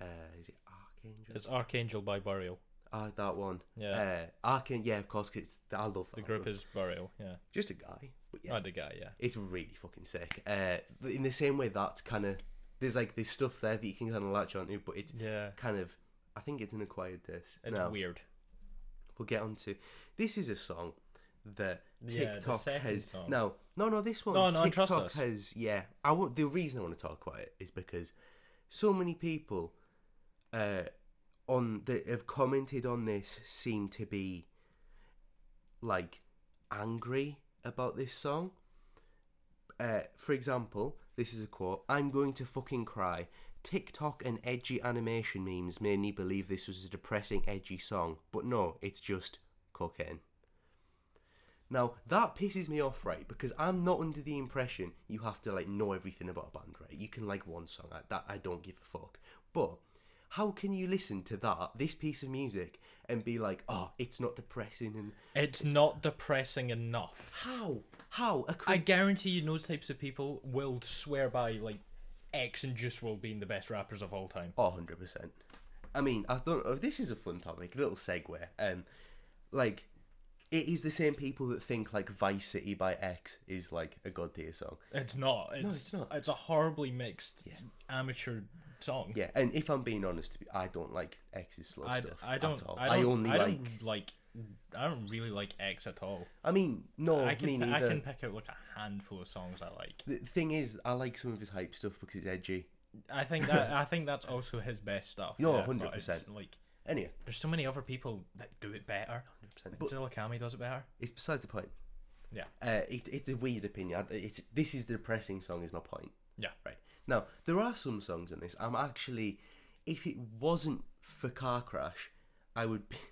Speaker 1: uh, is it Archangel?
Speaker 2: It's Archangel by Burial.
Speaker 1: Ah, that one.
Speaker 2: Yeah.
Speaker 1: Uh, Archangel. Yeah, of course. 'cause it's I love that.
Speaker 2: The group
Speaker 1: album.
Speaker 2: is Burial. Yeah.
Speaker 1: just a guy. But yeah,
Speaker 2: Oh, the guy. Yeah.
Speaker 1: it's really fucking sick. Uh, in the same way that's kind of there's like this stuff there that you can kind of latch onto, but it's
Speaker 2: Yeah.
Speaker 1: kind of I think it's an acquired taste.
Speaker 2: It's
Speaker 1: now,
Speaker 2: weird.
Speaker 1: we'll get onto. This is a song that
Speaker 2: Yeah, the
Speaker 1: TikTok
Speaker 2: second
Speaker 1: has.
Speaker 2: song.
Speaker 1: No, no, no. This one.
Speaker 2: No, no,
Speaker 1: TikTok
Speaker 2: trust us.
Speaker 1: has. Yeah, I want the reason I want to talk about it is because so many people uh, on that have commented on this seem to be like angry about this song. Uh, for example, this is a quote I'm going to fucking cry. TikTok and edgy animation memes made me believe this was a depressing, edgy song, but no, it's just cocaine. Now, that pisses me off, right? Because I'm not under the impression you have to, like, know everything about a band, right? You can like one song, I, that I don't give a fuck. But how can you listen to that, this piece of music, and be like, oh, it's not depressing and.
Speaker 2: It's not depressing enough.
Speaker 1: How? How? A cre-
Speaker 2: I guarantee you, those types of people will swear by like X and Juice WRLD being the best rappers of all time.
Speaker 1: Oh, 100%. I mean, I thought oh, this is a fun topic, a little segue. Um, like, it is the same people that think, like, Vice City by X is, like, a god tier song.
Speaker 2: It's not. It's,
Speaker 1: it's not.
Speaker 2: It's a horribly mixed amateur song.
Speaker 1: Yeah, and if I'm being honest, I don't like X's slow
Speaker 2: I,
Speaker 1: stuff.
Speaker 2: I don't.
Speaker 1: At all.
Speaker 2: I don't. I
Speaker 1: only like.
Speaker 2: don't like. I don't really like X at all.
Speaker 1: I mean, no,
Speaker 2: I can.
Speaker 1: Oh, me
Speaker 2: pi-
Speaker 1: neither.
Speaker 2: I can pick out like a handful of songs I like.
Speaker 1: The thing is, I like some of his hype stuff because it's edgy.
Speaker 2: I think that. I think that's also his best stuff.
Speaker 1: No,
Speaker 2: yeah, but
Speaker 1: 100%.
Speaker 2: it's, Like,
Speaker 1: Anyway,
Speaker 2: there's so many other people that do it better. Zilla Kami does it better.
Speaker 1: it's besides the point.
Speaker 2: Yeah.
Speaker 1: Uh, it, it's a weird opinion. I- It's, this is the depressing song, is my point.
Speaker 2: Yeah.
Speaker 1: Right. Now, there are some songs in this. I'm actually, if it wasn't for Car Crash, I would be.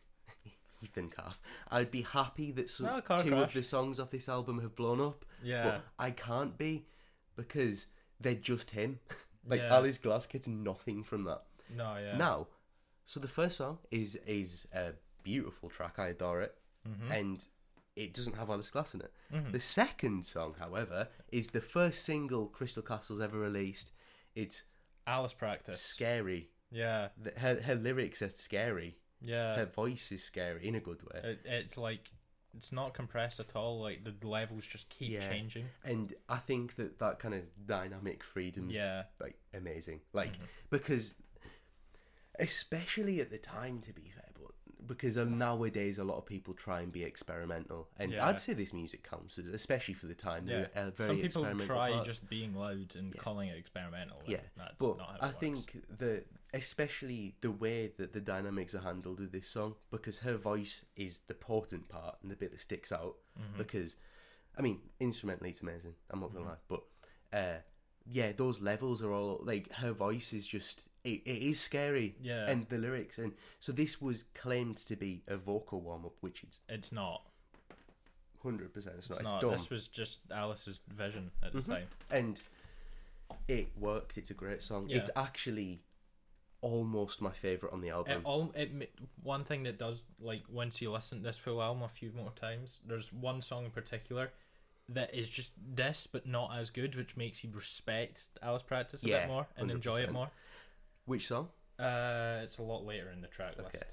Speaker 1: Ethan Calf. I'd be happy that some,
Speaker 2: Oh,
Speaker 1: two
Speaker 2: Car
Speaker 1: of
Speaker 2: Crash.
Speaker 1: the songs off this album have blown up.
Speaker 2: Yeah.
Speaker 1: But I can't be because they're just him. like,
Speaker 2: Yeah.
Speaker 1: Alice Glass gets nothing from that.
Speaker 2: No. Yeah.
Speaker 1: Now, so the first song is is a beautiful track. I adore it, and it doesn't have Alice Glass in it. The second song, however, is the first single Crystal Castles ever released. It's
Speaker 2: Alice practice.
Speaker 1: scary.
Speaker 2: Yeah.
Speaker 1: The- Her her lyrics are scary.
Speaker 2: Yeah.
Speaker 1: Her voice is scary in a good way.
Speaker 2: It, it's like it's not compressed at all. Like the levels just keep
Speaker 1: Yeah.
Speaker 2: changing.
Speaker 1: and I think that that kind of dynamic freedom's
Speaker 2: Yeah, Mm-hmm.
Speaker 1: like amazing. Like because especially at the time to be fair, but because uh, nowadays a lot of people try and be experimental, and
Speaker 2: Yeah.
Speaker 1: I'd say this music counts as especially for the time.
Speaker 2: yeah.
Speaker 1: They're a very
Speaker 2: Some people
Speaker 1: experimental
Speaker 2: try
Speaker 1: part.
Speaker 2: just being loud and calling it experimental. and
Speaker 1: yeah,
Speaker 2: that's
Speaker 1: but
Speaker 2: not how it
Speaker 1: I
Speaker 2: works.
Speaker 1: think the especially the way that the dynamics are handled with this song because her voice is the important part and the bit that sticks out
Speaker 2: Mm-hmm.
Speaker 1: because I mean instrumentally it's amazing I'm not gonna lie but uh, yeah those levels are all like her voice is just it, it is scary
Speaker 2: Yeah.
Speaker 1: and the lyrics and so this was claimed to be a vocal warm up which it's
Speaker 2: it's not.
Speaker 1: hundred percent it's not
Speaker 2: It's
Speaker 1: it's,
Speaker 2: not.
Speaker 1: dumb Mm-hmm.
Speaker 2: This was just Alice's vision at the time.
Speaker 1: and it worked it's a great song
Speaker 2: Yeah.
Speaker 1: it's actually almost my favorite on the album
Speaker 2: It all it ma- one thing that does like once you listen to this full album a few more times. There's one song in particular that is just this, but not as good, which makes you respect Alice Practice a
Speaker 1: Yeah,
Speaker 2: bit more and enjoy it
Speaker 1: 100%.
Speaker 2: more.
Speaker 1: Which song?
Speaker 2: Uh, it's a lot later in the track list.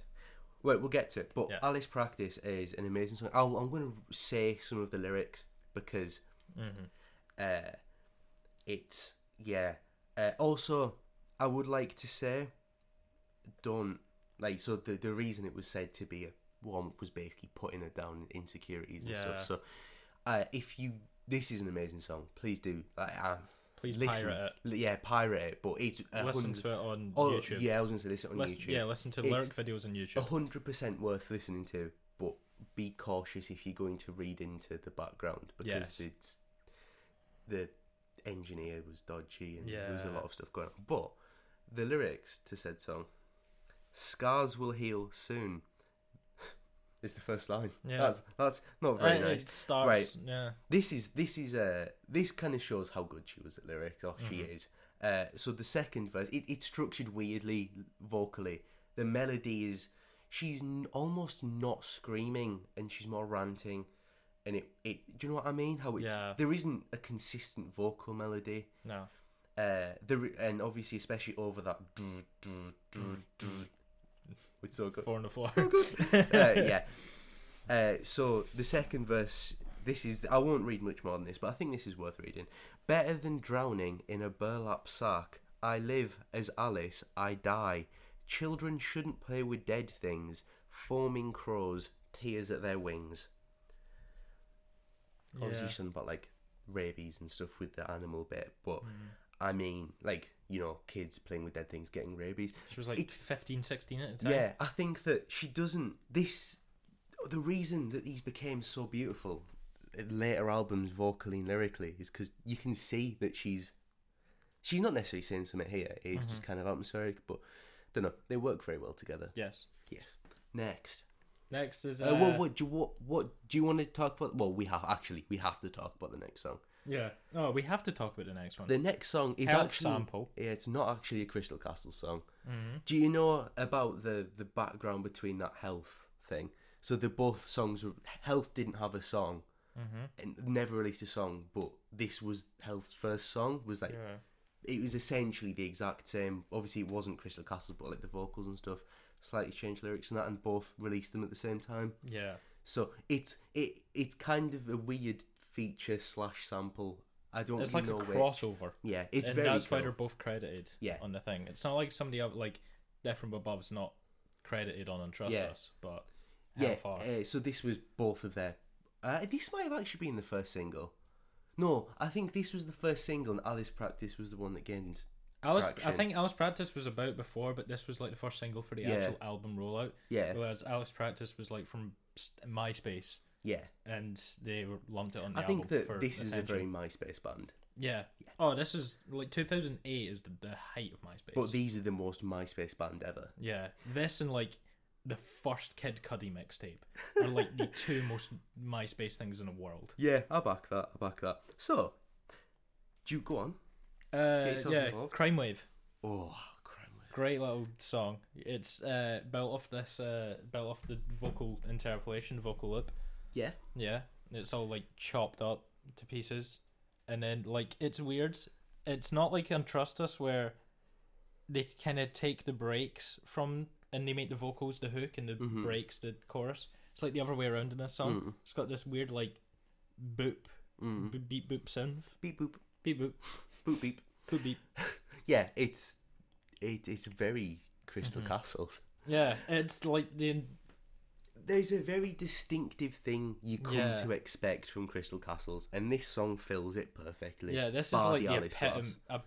Speaker 1: Wait, we'll get to it. But
Speaker 2: Yeah.
Speaker 1: Alice Practice is an amazing song. I'll, I'm going to say some of the lyrics because
Speaker 2: Mm-hmm.
Speaker 1: uh, it's, yeah. Uh, also, I would like to say, don't, like, so the, the reason it was said to be a warm up was basically putting her down in insecurities and
Speaker 2: Yeah.
Speaker 1: stuff. So uh, if you, this is an amazing song. Please do. Like, uh,
Speaker 2: Please
Speaker 1: listen.
Speaker 2: pirate
Speaker 1: Li- Yeah, pirate it. But it's. a
Speaker 2: it. Listen
Speaker 1: hundred-
Speaker 2: to it on
Speaker 1: Oh,
Speaker 2: YouTube.
Speaker 1: yeah, I was going to say listen on
Speaker 2: Listen-
Speaker 1: YouTube.
Speaker 2: yeah, listen to
Speaker 1: It's-
Speaker 2: lyric videos on YouTube.
Speaker 1: hundred percent worth listening to, but be cautious if you're going to read into the background because
Speaker 2: Yes.
Speaker 1: it's the engineer was dodgy and there was a
Speaker 2: Yeah.
Speaker 1: lot of stuff going on. But the lyrics to said song, "Scars will heal soon," is the first line.
Speaker 2: Yeah.
Speaker 1: that's that's not
Speaker 2: Uh,
Speaker 1: very
Speaker 2: It
Speaker 1: nice. Right.
Speaker 2: starts. Yeah.
Speaker 1: This is this is uh, this kind of shows how good she was at lyrics, or she is. Uh, so the second verse, it, it's structured weirdly vocally. The melody is she's n- almost not screaming, and she's more ranting, and it it. Do you know what I mean? How it's
Speaker 2: Yeah.
Speaker 1: there isn't a consistent vocal melody.
Speaker 2: No.
Speaker 1: Uh, there i- and obviously especially over that. Do, do, do, do. It's so good
Speaker 2: Four and a four.
Speaker 1: uh, yeah. Uh, so the second verse. This is. I won't read much more than this, but I think this is worth reading. Better than drowning in a burlap sack. I live as Alice. I die. Children shouldn't play with dead things. Foaming crows, tears at their wings. Obviously,
Speaker 2: Yeah.
Speaker 1: something about like rabies and stuff with the animal bit, but
Speaker 2: Mm.
Speaker 1: I mean, like you know, kids playing with dead things getting rabies.
Speaker 2: She was like
Speaker 1: It-
Speaker 2: 15, 16 at the time.
Speaker 1: Yeah, I think that she doesn't. This the reason that these became so beautiful in later albums vocally and lyrically is because you can see that she's she's not necessarily saying something here. It's just kind of atmospheric, but don't know. They work very well together.
Speaker 2: Yes.
Speaker 1: Yes. Next,
Speaker 2: Next is.
Speaker 1: uh,
Speaker 2: Uh,
Speaker 1: what, what do you, what what do you want to talk about? Well, we have actually we have to talk about the next song.
Speaker 2: Yeah. Oh, we have to talk about the next one.
Speaker 1: The next song is
Speaker 2: Health
Speaker 1: actually
Speaker 2: sample. Mm-hmm.
Speaker 1: Yeah, it's not actually a Crystal Castle song. Do you know about the the background between that health thing? So the both songs were Health didn't have a song
Speaker 2: Mm-hmm.
Speaker 1: and never released a song, but this was Health's first song. Was like
Speaker 2: yeah.
Speaker 1: it was essentially the exact same. Obviously, it wasn't Crystal Castles, but like the vocals and stuff, slightly changed lyrics and that, and both released them at the same time.
Speaker 2: Yeah.
Speaker 1: So it's it it's kind of a weird feature slash sample. I don't
Speaker 2: It's like a
Speaker 1: know where-
Speaker 2: crossover.
Speaker 1: Yeah, it's
Speaker 2: and
Speaker 1: very
Speaker 2: that's why
Speaker 1: cool.
Speaker 2: they're both credited
Speaker 1: Yeah.
Speaker 2: on the thing. It's not like somebody else, like Death from Above's not credited on Untrust
Speaker 1: Yeah.
Speaker 2: Us, but how
Speaker 1: Yeah,
Speaker 2: far?
Speaker 1: uh, so this was both of their. Uh, this might have actually been the first single. No, I think this was the first single, and Alice Practice was the one that gained.
Speaker 2: Alice, I
Speaker 1: Traction.
Speaker 2: think Alice Practice was about before, but this was like the first single for the
Speaker 1: Yeah.
Speaker 2: actual album rollout.
Speaker 1: Yeah.
Speaker 2: Whereas Alice Practice was like from s- MySpace,
Speaker 1: Yeah,
Speaker 2: and they were lumped it on the
Speaker 1: I
Speaker 2: album.
Speaker 1: think that
Speaker 2: for
Speaker 1: this is a
Speaker 2: attention.
Speaker 1: very MySpace band,
Speaker 2: yeah. Oh, this is like 2008 is the, the height of MySpace.
Speaker 1: but these are the most MySpace band ever.
Speaker 2: Yeah, this and like the first Kid Cudi mixtape are like the two most MySpace things in the world.
Speaker 1: Yeah, I back that. I back that. So, do you go on?
Speaker 2: Uh,
Speaker 1: yourself
Speaker 2: yeah,
Speaker 1: involved.
Speaker 2: Crime Wave,
Speaker 1: Oh, Kremlin.
Speaker 2: great little song. It's uh, built off this, uh, built off the vocal interpolation, vocal loop.
Speaker 1: Yeah,
Speaker 2: Yeah, it's all like chopped up to pieces, and then like it's weird. It's not like Untrust Us where they kind of take the breaks from and they make the vocals the hook and the breaks the chorus. It's like the other way around in this song. It's got this weird like boop, boop beep boop sound,
Speaker 1: Beep boop,
Speaker 2: beep boop,
Speaker 1: boop beep.
Speaker 2: boop beep.
Speaker 1: Yeah, it's it, it's very Crystal
Speaker 2: Mm-hmm.
Speaker 1: Castles.
Speaker 2: Yeah, it's like the
Speaker 1: There's a very distinctive thing you come
Speaker 2: Yeah.
Speaker 1: to expect from Crystal Castles, and this song fills it perfectly.
Speaker 2: yeah. This is
Speaker 1: bar
Speaker 2: like the
Speaker 1: Alice
Speaker 2: epitome.
Speaker 1: bars.
Speaker 2: I,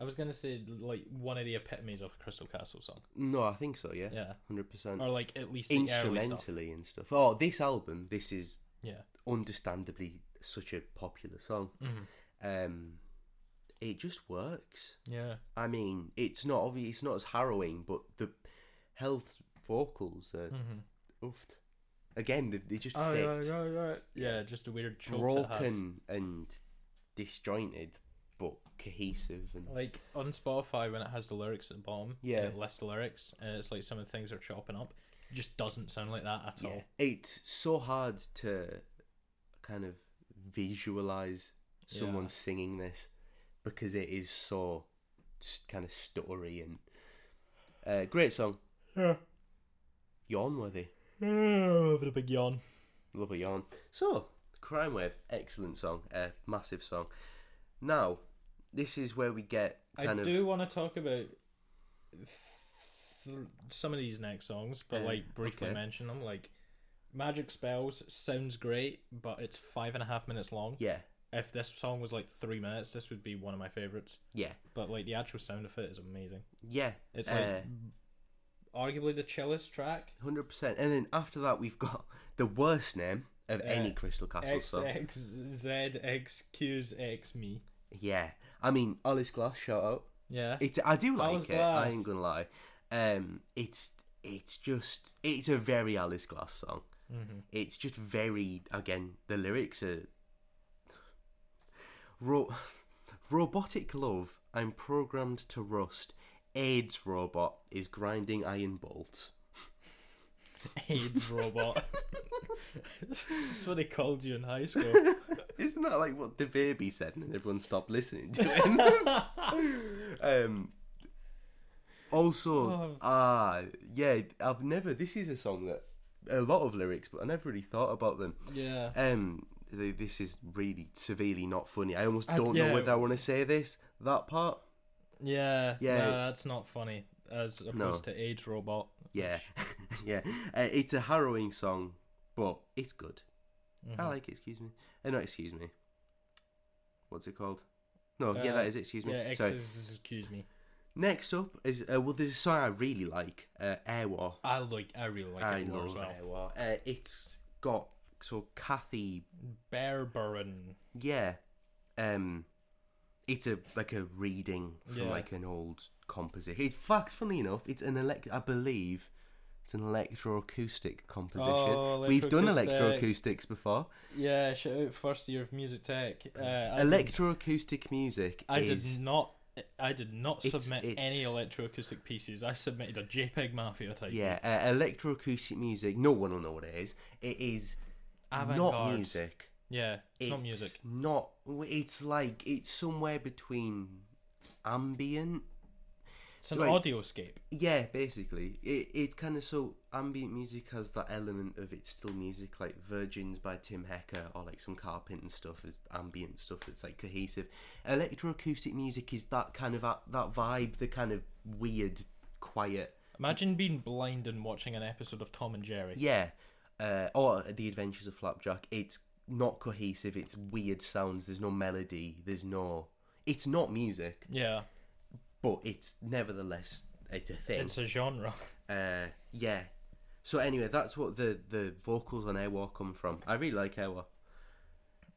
Speaker 2: I was gonna say like one of the epitomes of a Crystal Castle song.
Speaker 1: No, I think so. Yeah,
Speaker 2: Yeah,
Speaker 1: hundred percent.
Speaker 2: or like at least the early stuff.
Speaker 1: Instrumentally and stuff. Oh, this album, this is
Speaker 2: Yeah.
Speaker 1: understandably such a popular song.
Speaker 2: Mm-hmm.
Speaker 1: Um, it just works.
Speaker 2: Yeah.
Speaker 1: I mean, it's not obvious. It's not as harrowing, but the health vocals are
Speaker 2: Mm-hmm.
Speaker 1: oofed. Again, they, they just fit,
Speaker 2: Oh, Yeah, just a weird choke it has.
Speaker 1: broken and disjointed, but cohesive. And
Speaker 2: Like on Spotify when it has the lyrics at the bottom, yeah,
Speaker 1: Yeah.
Speaker 2: it lists the lyrics, and it's like some of the things are chopping up. It just doesn't sound like that at
Speaker 1: yeah,
Speaker 2: all.
Speaker 1: it's so hard to kind of visualize someone
Speaker 2: Yeah.
Speaker 1: singing this because it is so kind of stuttery and uh, great song.
Speaker 2: Yeah.
Speaker 1: Yawn worthy.
Speaker 2: Oh, a big yawn.
Speaker 1: Love a yarn. So, Crime Wave, excellent song, uh, massive song. Now, this is where we get kind
Speaker 2: I
Speaker 1: of.
Speaker 2: do want to talk about th- some of these next songs, but
Speaker 1: Uh,
Speaker 2: like briefly
Speaker 1: okay.
Speaker 2: mention them. Like Magic Spells sounds great, but it's five and a half minutes long.
Speaker 1: Yeah,
Speaker 2: If this song was like three minutes, this would be one of my favorites.
Speaker 1: yeah,
Speaker 2: But like the actual sound of it is amazing.
Speaker 1: yeah. Uh,
Speaker 2: It's like arguably the chillest track.
Speaker 1: hundred percent. And then after that, we've got the worst name of any
Speaker 2: Uh,
Speaker 1: Crystal Castle
Speaker 2: X
Speaker 1: song.
Speaker 2: X Z X Q's X me.
Speaker 1: Yeah, I mean Alice Glass, shout out.
Speaker 2: Yeah.
Speaker 1: It's I do like
Speaker 2: Alice
Speaker 1: it. I
Speaker 2: Glass.
Speaker 1: ain't gonna lie. Um, it's it's just it's a very Alice Glass song. It's just very again the lyrics are Ro- robotic love. I'm programmed to rust. AIDS robot is grinding iron bolts.
Speaker 2: AIDS robot. That's what they called you in high school.
Speaker 1: Isn't that like what the baby said, and everyone stopped listening to him? um, also,
Speaker 2: Oh.
Speaker 1: ah, yeah, I've never. This is a song that a lot of lyrics, but I never really thought about them.
Speaker 2: Yeah.
Speaker 1: Um, th- this is really severely not funny. I almost
Speaker 2: I-
Speaker 1: don't know
Speaker 2: yeah.
Speaker 1: whether I want to say this. That part,
Speaker 2: Yeah.
Speaker 1: Yeah.
Speaker 2: no, that's not funny. As opposed to AIDS robot.
Speaker 1: yeah, yeah. Uh, it's a harrowing song, but it's good.
Speaker 2: Mm-hmm.
Speaker 1: I like it. Excuse me. Uh, no, excuse me. What's it called? No, yeah,
Speaker 2: Uh,
Speaker 1: that is it. Excuse me.
Speaker 2: Yeah, X
Speaker 1: Sorry.
Speaker 2: is excuse me.
Speaker 1: Next up is uh, well, there's a song I really like, uh, Air War.
Speaker 2: I like I really like
Speaker 1: I
Speaker 2: it more as
Speaker 1: love
Speaker 2: well.
Speaker 1: Air War. Uh, it's got so Kathy,
Speaker 2: Berberin.
Speaker 1: yeah, um, it's a like a reading from
Speaker 2: Yeah.
Speaker 1: like an old composition. It's fact, funny enough, it's an elect. I believe it's an electroacoustic composition.
Speaker 2: Oh,
Speaker 1: We've done
Speaker 2: electroacoustic.
Speaker 1: electroacoustics before.
Speaker 2: Yeah, shout out first year of music tech. Uh, I did-
Speaker 1: electroacoustic music
Speaker 2: I
Speaker 1: is
Speaker 2: did not. I did not
Speaker 1: It's-
Speaker 2: submit
Speaker 1: it's-
Speaker 2: any electroacoustic pieces. I submitted a JPEG Mafia type.
Speaker 1: yeah uh, electroacoustic music. No one will know what it is. It is not
Speaker 2: Avant-garde.
Speaker 1: music.
Speaker 2: Yeah, it's, not music.
Speaker 1: Not. It's like it's somewhere between ambient.
Speaker 2: It's an
Speaker 1: Right.
Speaker 2: audioscape.
Speaker 1: Yeah, basically, it, it's kind of so ambient music has that element of it's still music, like Virgins by Tim Hecker or like some Carpenter stuff is ambient stuff that's like cohesive. Electroacoustic music is that kind of that, that vibe, the kind of weird, quiet.
Speaker 2: Imagine being blind and watching an episode of Tom and Jerry.
Speaker 1: Yeah, uh, or The Adventures of Flapjack. It's not cohesive. It's weird sounds. There's no melody. There's no. It's not music.
Speaker 2: Yeah,
Speaker 1: but it's nevertheless it's a thing.
Speaker 2: it's a genre.
Speaker 1: uh, yeah. So anyway, that's what the the vocals on Airwar come from. I really like Airwar.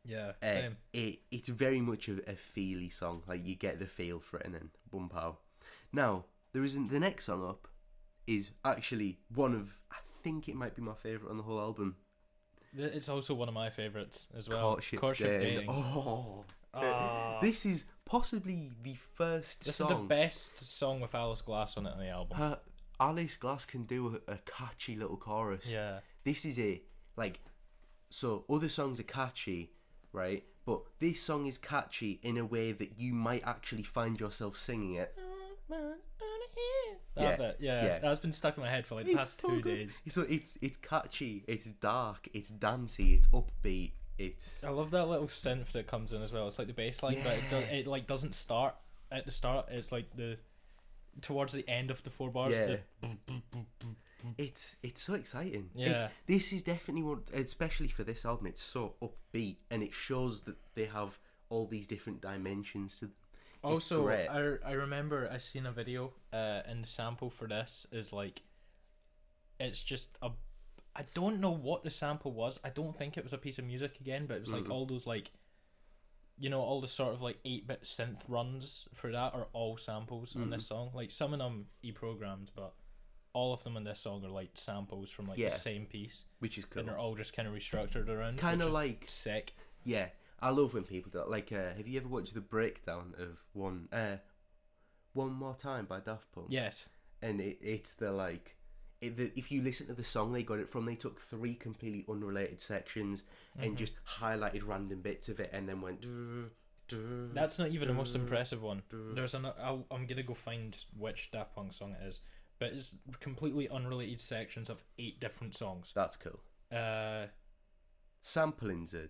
Speaker 2: Yeah,
Speaker 1: Uh,
Speaker 2: same.
Speaker 1: It it's very much a, a feely song. Like you get the feel for it, and then boom pow. Now there isn't the next song up is actually one of I think it might be my favorite on the whole album.
Speaker 2: Th- It's also one of my favorites as well.
Speaker 1: Courtship, Day.
Speaker 2: Dating.
Speaker 1: Oh,
Speaker 2: Ah.
Speaker 1: this is possibly the first
Speaker 2: this
Speaker 1: song.
Speaker 2: is the best song with Alice Glass on it on the album.
Speaker 1: Her- Alice Glass can do a, a catchy little chorus.
Speaker 2: Yeah,
Speaker 1: this is a like so other songs are catchy right but this song is catchy in a way that you might actually find yourself singing it Yeah,
Speaker 2: That bit, yeah,
Speaker 1: yeah.
Speaker 2: That's been stuck in my head for like the
Speaker 1: It's
Speaker 2: past
Speaker 1: so
Speaker 2: two
Speaker 1: good.
Speaker 2: days.
Speaker 1: So it's it's catchy, it's dark, it's dancey, it's upbeat, it's
Speaker 2: I love that little synth that comes in as well. It's like the bass line, but it, do-
Speaker 1: Yeah.
Speaker 2: it like doesn't start at the start. It's like the towards the end of the four bars.
Speaker 1: Yeah.
Speaker 2: the-
Speaker 1: it's it's so exciting.
Speaker 2: Yeah.
Speaker 1: It's, this is definitely one, especially for this album. It's so upbeat, and it shows that they have all these different dimensions to them. It's
Speaker 2: also,
Speaker 1: great.
Speaker 2: I I remember I seen a video, uh, and the sample for this is like, it's just a, I don't know what the sample was. I don't think it was a piece of music again, but it was like
Speaker 1: Mm-hmm.
Speaker 2: all those like, you know, all the sort of like eight bit synth runs for that are all samples on
Speaker 1: Mm-hmm.
Speaker 2: this song. Like some of them e programmed, but all of them on this song are like samples from like
Speaker 1: Yeah.
Speaker 2: the same piece,
Speaker 1: which is cool.
Speaker 2: and they're all just kind of restructured around.
Speaker 1: Kinda
Speaker 2: which is
Speaker 1: like-
Speaker 2: sick.
Speaker 1: Yeah, I love when people do that. Like, uh, have you ever watched the breakdown of one, uh, one more time by Daft Punk?
Speaker 2: Yes.
Speaker 1: and it, it's the like it, the, if you listen to the song they got it from they took three completely unrelated sections
Speaker 2: Mm-hmm.
Speaker 1: and just highlighted random bits of it and then went "Duh, duh."
Speaker 2: That's not even the most impressive one. There's an I'll, I'm gonna go find which Daft Punk song it is, but it's completely unrelated sections of eight different songs.
Speaker 1: that's cool
Speaker 2: Uh,
Speaker 1: sampling's a,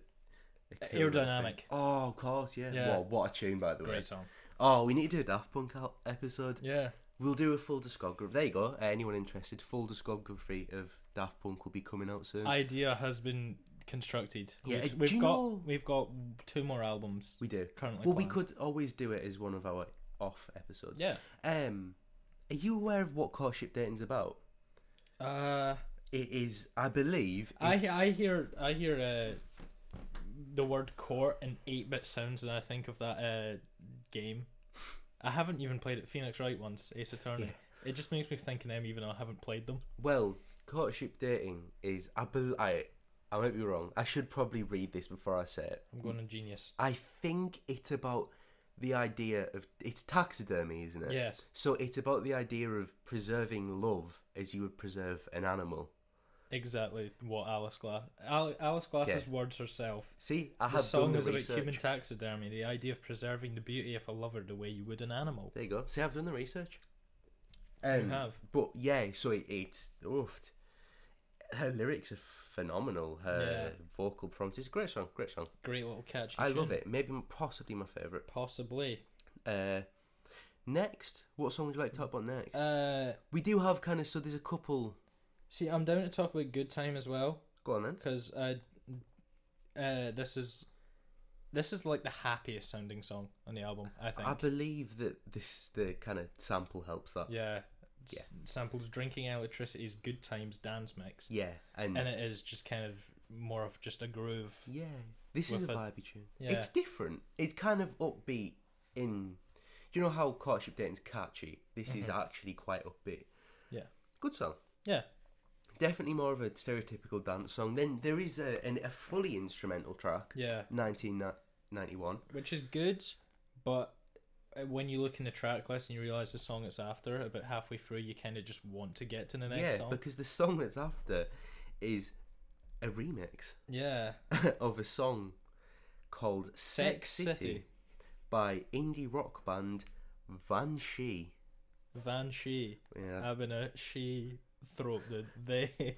Speaker 1: a cool
Speaker 2: Aerodynamic.
Speaker 1: thing. oh of course yeah,
Speaker 2: Yeah.
Speaker 1: Wow, what a tune by the way
Speaker 2: great song.
Speaker 1: oh we need to do a daft punk al- episode
Speaker 2: Yeah,
Speaker 1: we'll do a full discography there you go Uh, anyone interested full discography of daft punk will be coming out soon
Speaker 2: idea has been constructed.
Speaker 1: Yeah,
Speaker 2: we've,
Speaker 1: uh,
Speaker 2: we've
Speaker 1: do you
Speaker 2: got
Speaker 1: know-
Speaker 2: we've got two more albums.
Speaker 1: we do
Speaker 2: currently.
Speaker 1: well we
Speaker 2: planned.
Speaker 1: could always do it as one of our off episodes
Speaker 2: Yeah.
Speaker 1: Um, are you aware of what courtship dating's about?
Speaker 2: Uh,
Speaker 1: It is, I believe.
Speaker 2: I
Speaker 1: it's-
Speaker 2: I hear I hear uh, the word court in eight bit sounds, and I think of that uh game. I haven't even played it. Phoenix Wright once, Ace Attorney.
Speaker 1: Yeah.
Speaker 2: It just makes me think of them, even though I haven't played them.
Speaker 1: well, courtship dating is. I bel I, I might be wrong. I should probably read this before I say it.
Speaker 2: I'm going on Genius.
Speaker 1: I think it's about the idea of it's taxidermy, isn't it?
Speaker 2: Yes.
Speaker 1: So it's about the idea of preserving love as you would preserve an animal.
Speaker 2: Exactly what Alice Glass. Al- Alice Glass's
Speaker 1: Yeah.
Speaker 2: words herself.
Speaker 1: See, I
Speaker 2: The
Speaker 1: have done
Speaker 2: song
Speaker 1: the
Speaker 2: is about
Speaker 1: research.
Speaker 2: human taxidermy, the idea of preserving the beauty of a lover the way you would an animal.
Speaker 1: There you go. See, I've done the research. Um,
Speaker 2: have.
Speaker 1: But yeah, so it, it's oof. Her lyrics are phenomenal. Her
Speaker 2: Yeah.
Speaker 1: vocal prompt is a great song. Great song.
Speaker 2: Great little catchy.
Speaker 1: I love
Speaker 2: tune.
Speaker 1: it. Maybe possibly my favorite.
Speaker 2: Possibly.
Speaker 1: Uh, next, what song would you like to talk about next?
Speaker 2: Uh,
Speaker 1: we do have kind of so there's a couple.
Speaker 2: see, I'm down to talk about Good Time as well.
Speaker 1: Go on then.
Speaker 2: because uh, uh, this is this is like the happiest sounding song on the album. I think.
Speaker 1: I believe that this the kind of sample helps that.
Speaker 2: yeah. S-
Speaker 1: Yeah.
Speaker 2: Samples drinking electricity's good times dance mix,
Speaker 1: Yeah, and,
Speaker 2: and it is just kind of more of just a groove.
Speaker 1: yeah, this is a
Speaker 2: With a-
Speaker 1: vibey tune.
Speaker 2: Yeah.
Speaker 1: It's different. It's kind of upbeat. In do you know how courtship dating's catchy? This is
Speaker 2: Mm-hmm.
Speaker 1: actually quite upbeat.
Speaker 2: Yeah.
Speaker 1: Good song.
Speaker 2: Yeah.
Speaker 1: Definitely more of a stereotypical dance song. Then there is a an, a fully instrumental track.
Speaker 2: Yeah.
Speaker 1: 1991.
Speaker 2: Which is good, but uh, when you look in the track list and you realize the song it's after, about halfway through, you kind of just want to get to the next
Speaker 1: yeah,
Speaker 2: song.
Speaker 1: because the song that's after is a remix
Speaker 2: yeah.
Speaker 1: of a song called Sex,
Speaker 2: Sex
Speaker 1: City,
Speaker 2: City.
Speaker 1: by indie rock band Vanshee.
Speaker 2: Van She.
Speaker 1: Yeah.
Speaker 2: Having a she throat the they.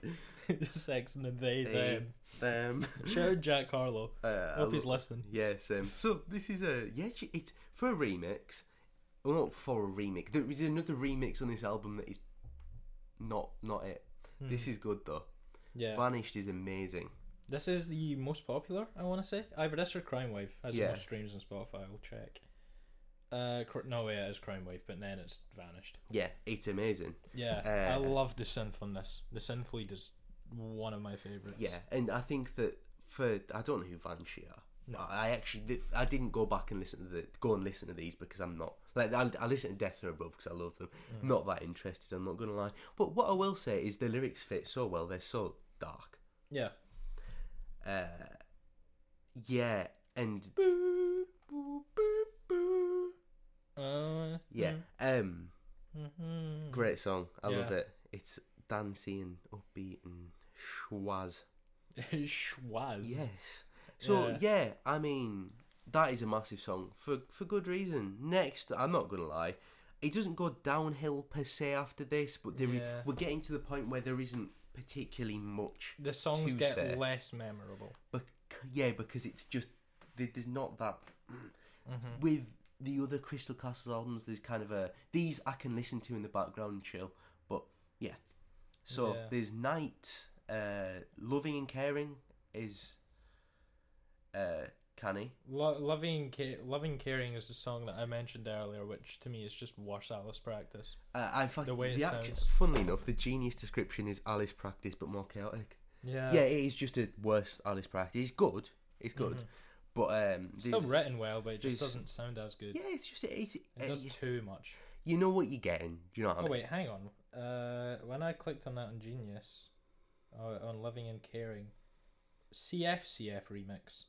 Speaker 2: sex and the they,
Speaker 1: They,
Speaker 2: them.
Speaker 1: them.
Speaker 2: Shout out Jack Harlow.
Speaker 1: Uh, I
Speaker 2: Hope he's
Speaker 1: lo-
Speaker 2: listening.
Speaker 1: yeah, same. um, So this is a yeah, it's- it's for a remix. Well, not for a remix. There is another remix on this album that is not not it. This is good though.
Speaker 2: Yeah.
Speaker 1: Vanished is amazing.
Speaker 2: this is the most popular, I want to say. Either this or Crime Wave has
Speaker 1: Yeah.
Speaker 2: the most streams on Spotify. I'll check. Uh, cr- no, yeah, it's Crime Wave, but then it's vanished.
Speaker 1: Yeah, it's amazing.
Speaker 2: Yeah,
Speaker 1: Uh,
Speaker 2: I love the synth on this. The synth lead is one of my favorites.
Speaker 1: Yeah, and I think that for I don't know who Vanshee are. I I actually did, I didn't go back and listen to the go and listen to these because I'm not like I, I listen to Death Row Above because I love them. Not that interested. I'm not gonna lie. But what I will say is the lyrics fit so well. They're so dark.
Speaker 2: yeah.
Speaker 1: Uh, yeah, and
Speaker 2: Uh,
Speaker 1: yeah, um,
Speaker 2: mhm.
Speaker 1: great song. I love
Speaker 2: Yeah.
Speaker 1: it. It's dancey and upbeat and schwaz.
Speaker 2: Schwaz.
Speaker 1: Yes. So yeah.
Speaker 2: Yeah.
Speaker 1: I mean that is a massive song for for good reason. Next, I'm not gonna lie, it doesn't go downhill per se after this, but there i-
Speaker 2: Yeah.
Speaker 1: we're getting to the point where there isn't particularly much.
Speaker 2: The songs
Speaker 1: to
Speaker 2: get
Speaker 1: say.
Speaker 2: less memorable.
Speaker 1: But yeah, because it's just there- there's not that
Speaker 2: Mm-hmm.
Speaker 1: with the other Crystal Castles albums. There's kind of a these I can listen to in the background and chill, but yeah. So
Speaker 2: Yeah.
Speaker 1: there's night, uh, loving and caring is uh, canny.
Speaker 2: Lo- loving, Ca- loving, caring is the song that I mentioned earlier, which to me is just worse Alice practice.
Speaker 1: Uh, in fact,
Speaker 2: The way it
Speaker 1: actu-
Speaker 2: sounds.
Speaker 1: funnily enough, the genius description is Alice practice, but more chaotic.
Speaker 2: Yeah,
Speaker 1: yeah, it is just a worse Alice practice. It's good. It's good, but um,
Speaker 2: Mm-hmm. It's still
Speaker 1: there's-
Speaker 2: written well, but it just
Speaker 1: there's-
Speaker 2: doesn't sound as good.
Speaker 1: yeah, it's just it's,
Speaker 2: It does
Speaker 1: uh,
Speaker 2: too much.
Speaker 1: you know what you're getting. Do you know what I
Speaker 2: Oh
Speaker 1: mean?
Speaker 2: wait, hang on. Uh, when I clicked on that on Genius, oh, on Loving and Caring, CFCF remix.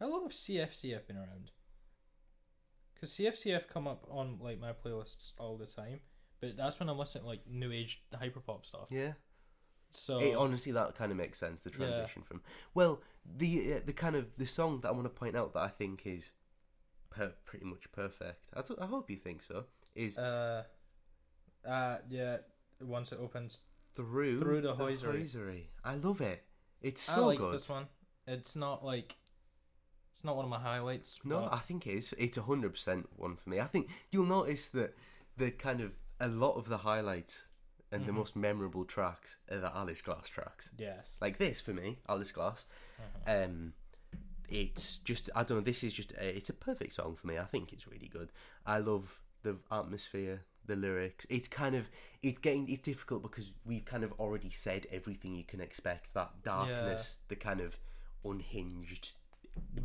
Speaker 2: How long have CFCF been around? Because CFCF come up on like my playlists all the time, but that's when I'm listening to, like new age hyperpop stuff.
Speaker 1: Yeah,
Speaker 2: So
Speaker 1: it, honestly, that kind of makes sense. The
Speaker 2: Yeah.
Speaker 1: transition from well, the uh, the kind of the song that I want to point out that I think is per- pretty much perfect. I, don't- I hope you think so. Is
Speaker 2: uh, uh, yeah. Once it opens,
Speaker 1: through
Speaker 2: Through the Hoisery.
Speaker 1: Hoisery. I love it. It's
Speaker 2: I
Speaker 1: so
Speaker 2: like
Speaker 1: good.
Speaker 2: this one. It's not like it's not one of my highlights.
Speaker 1: No,
Speaker 2: but
Speaker 1: I think it is. It's a hundred percent one for me. I think you'll notice that the kind of a lot of the highlights and
Speaker 2: Mm-hmm.
Speaker 1: the most memorable tracks are the Alice Glass tracks.
Speaker 2: yes.
Speaker 1: Like this for me, Alice Glass. Um, it's just I don't know. This is just a, it's a perfect song for me. I think it's really good. I love the atmosphere, the lyrics. It's kind of it's getting it's difficult because we've kind of already said everything you can expect. That darkness, the kind of unhinged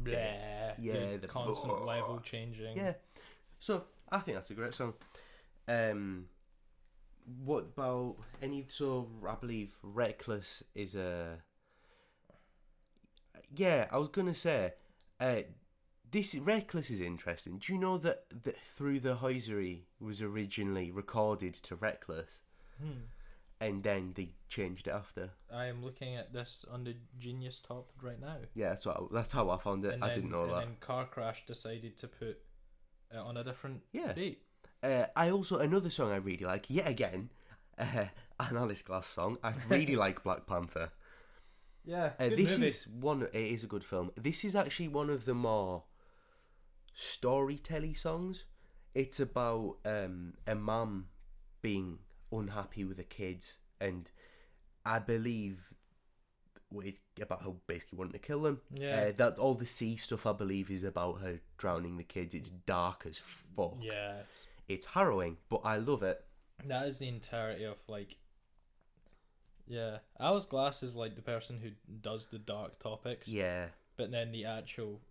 Speaker 2: Bleh,
Speaker 1: Yeah,
Speaker 2: the,
Speaker 1: the-
Speaker 2: constant level changing.
Speaker 1: Yeah. So I think that's a great song. Um, what about any? So I believe "Reckless" is a. Yeah, I was gonna say, uh, this "Reckless" is interesting. Do you know that that through the Hoisery was originally recorded to "Reckless,"
Speaker 2: Hmm.
Speaker 1: and then they changed it after.
Speaker 2: I am looking at this under Genius Top right now.
Speaker 1: Yeah, that's what I, that's how I found it.
Speaker 2: And
Speaker 1: I
Speaker 2: then,
Speaker 1: didn't know
Speaker 2: and
Speaker 1: that.
Speaker 2: then Car Crash decided to put it on a different
Speaker 1: Yeah.
Speaker 2: date.
Speaker 1: Uh, I also another song I really like. Yet again, uh, an Alice Glass song. I really like Black Panther.
Speaker 2: Yeah,
Speaker 1: Uh,
Speaker 2: good
Speaker 1: this
Speaker 2: movie.
Speaker 1: is one. It is a good film. This is actually one of the more storytelling songs. It's about um, a mum being unhappy with her kids, and I believe well, it's about her basically wanting to kill them.
Speaker 2: Yeah.
Speaker 1: uh, that all the sea stuff I believe is about her drowning the kids. It's dark as fuck.
Speaker 2: Yes,
Speaker 1: It's harrowing, but I love it.
Speaker 2: that is the entirety of like. Yeah, Alice Glass is like the person who does the dark topics,
Speaker 1: Yeah,
Speaker 2: but then the actual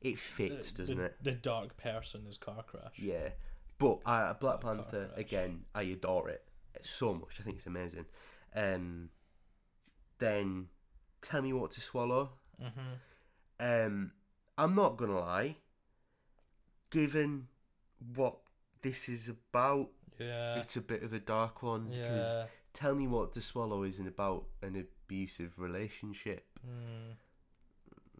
Speaker 1: it fits,
Speaker 2: the,
Speaker 1: doesn't
Speaker 2: the,
Speaker 1: it?
Speaker 2: the dark person is Car Crash.
Speaker 1: Yeah, but uh, Black
Speaker 2: Car
Speaker 1: Panther
Speaker 2: Crash.
Speaker 1: again, I adore it so much. I think it's amazing. Um, then tell me what to swallow.
Speaker 2: Mm-hmm.
Speaker 1: Um, I'm not gonna lie. Given what this is about,
Speaker 2: Yeah,
Speaker 1: it's a bit of a dark one because
Speaker 2: Uh, yeah.
Speaker 1: tell me what to swallow isn't about an abusive relationship.
Speaker 2: Mm,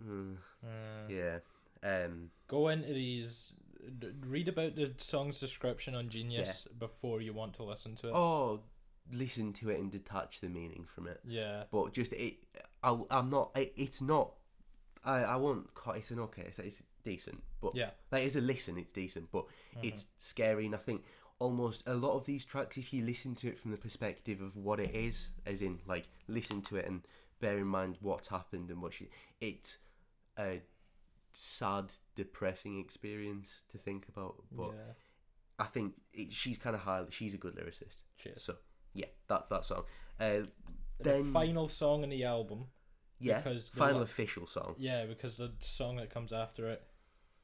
Speaker 1: Mm,
Speaker 2: mm.
Speaker 1: yeah. Um,
Speaker 2: go into these d- read about the song's description on genius before you want to listen to it
Speaker 1: or listen to it and detach the meaning from it.
Speaker 2: yeah
Speaker 1: But just it, I, I'm not. It, it's not. I I won't. ca- It's an okay. It's, it's decent, but
Speaker 2: Yeah.
Speaker 1: like it's a listen. It's decent, but it's scary. And I think almost a lot of these tracks, if you listen to it from the perspective of what it is, as in like listen to it and bear in mind what's happened and what she, it's a sad, depressing experience to think about. But
Speaker 2: yeah
Speaker 1: I think it, she's kind of high. She's a good lyricist.
Speaker 2: cheers
Speaker 1: So yeah, that's that song. Uh,
Speaker 2: the
Speaker 1: then
Speaker 2: final song in the album
Speaker 1: yeah,
Speaker 2: because the
Speaker 1: final
Speaker 2: la-
Speaker 1: official song.
Speaker 2: yeah because the song that comes after it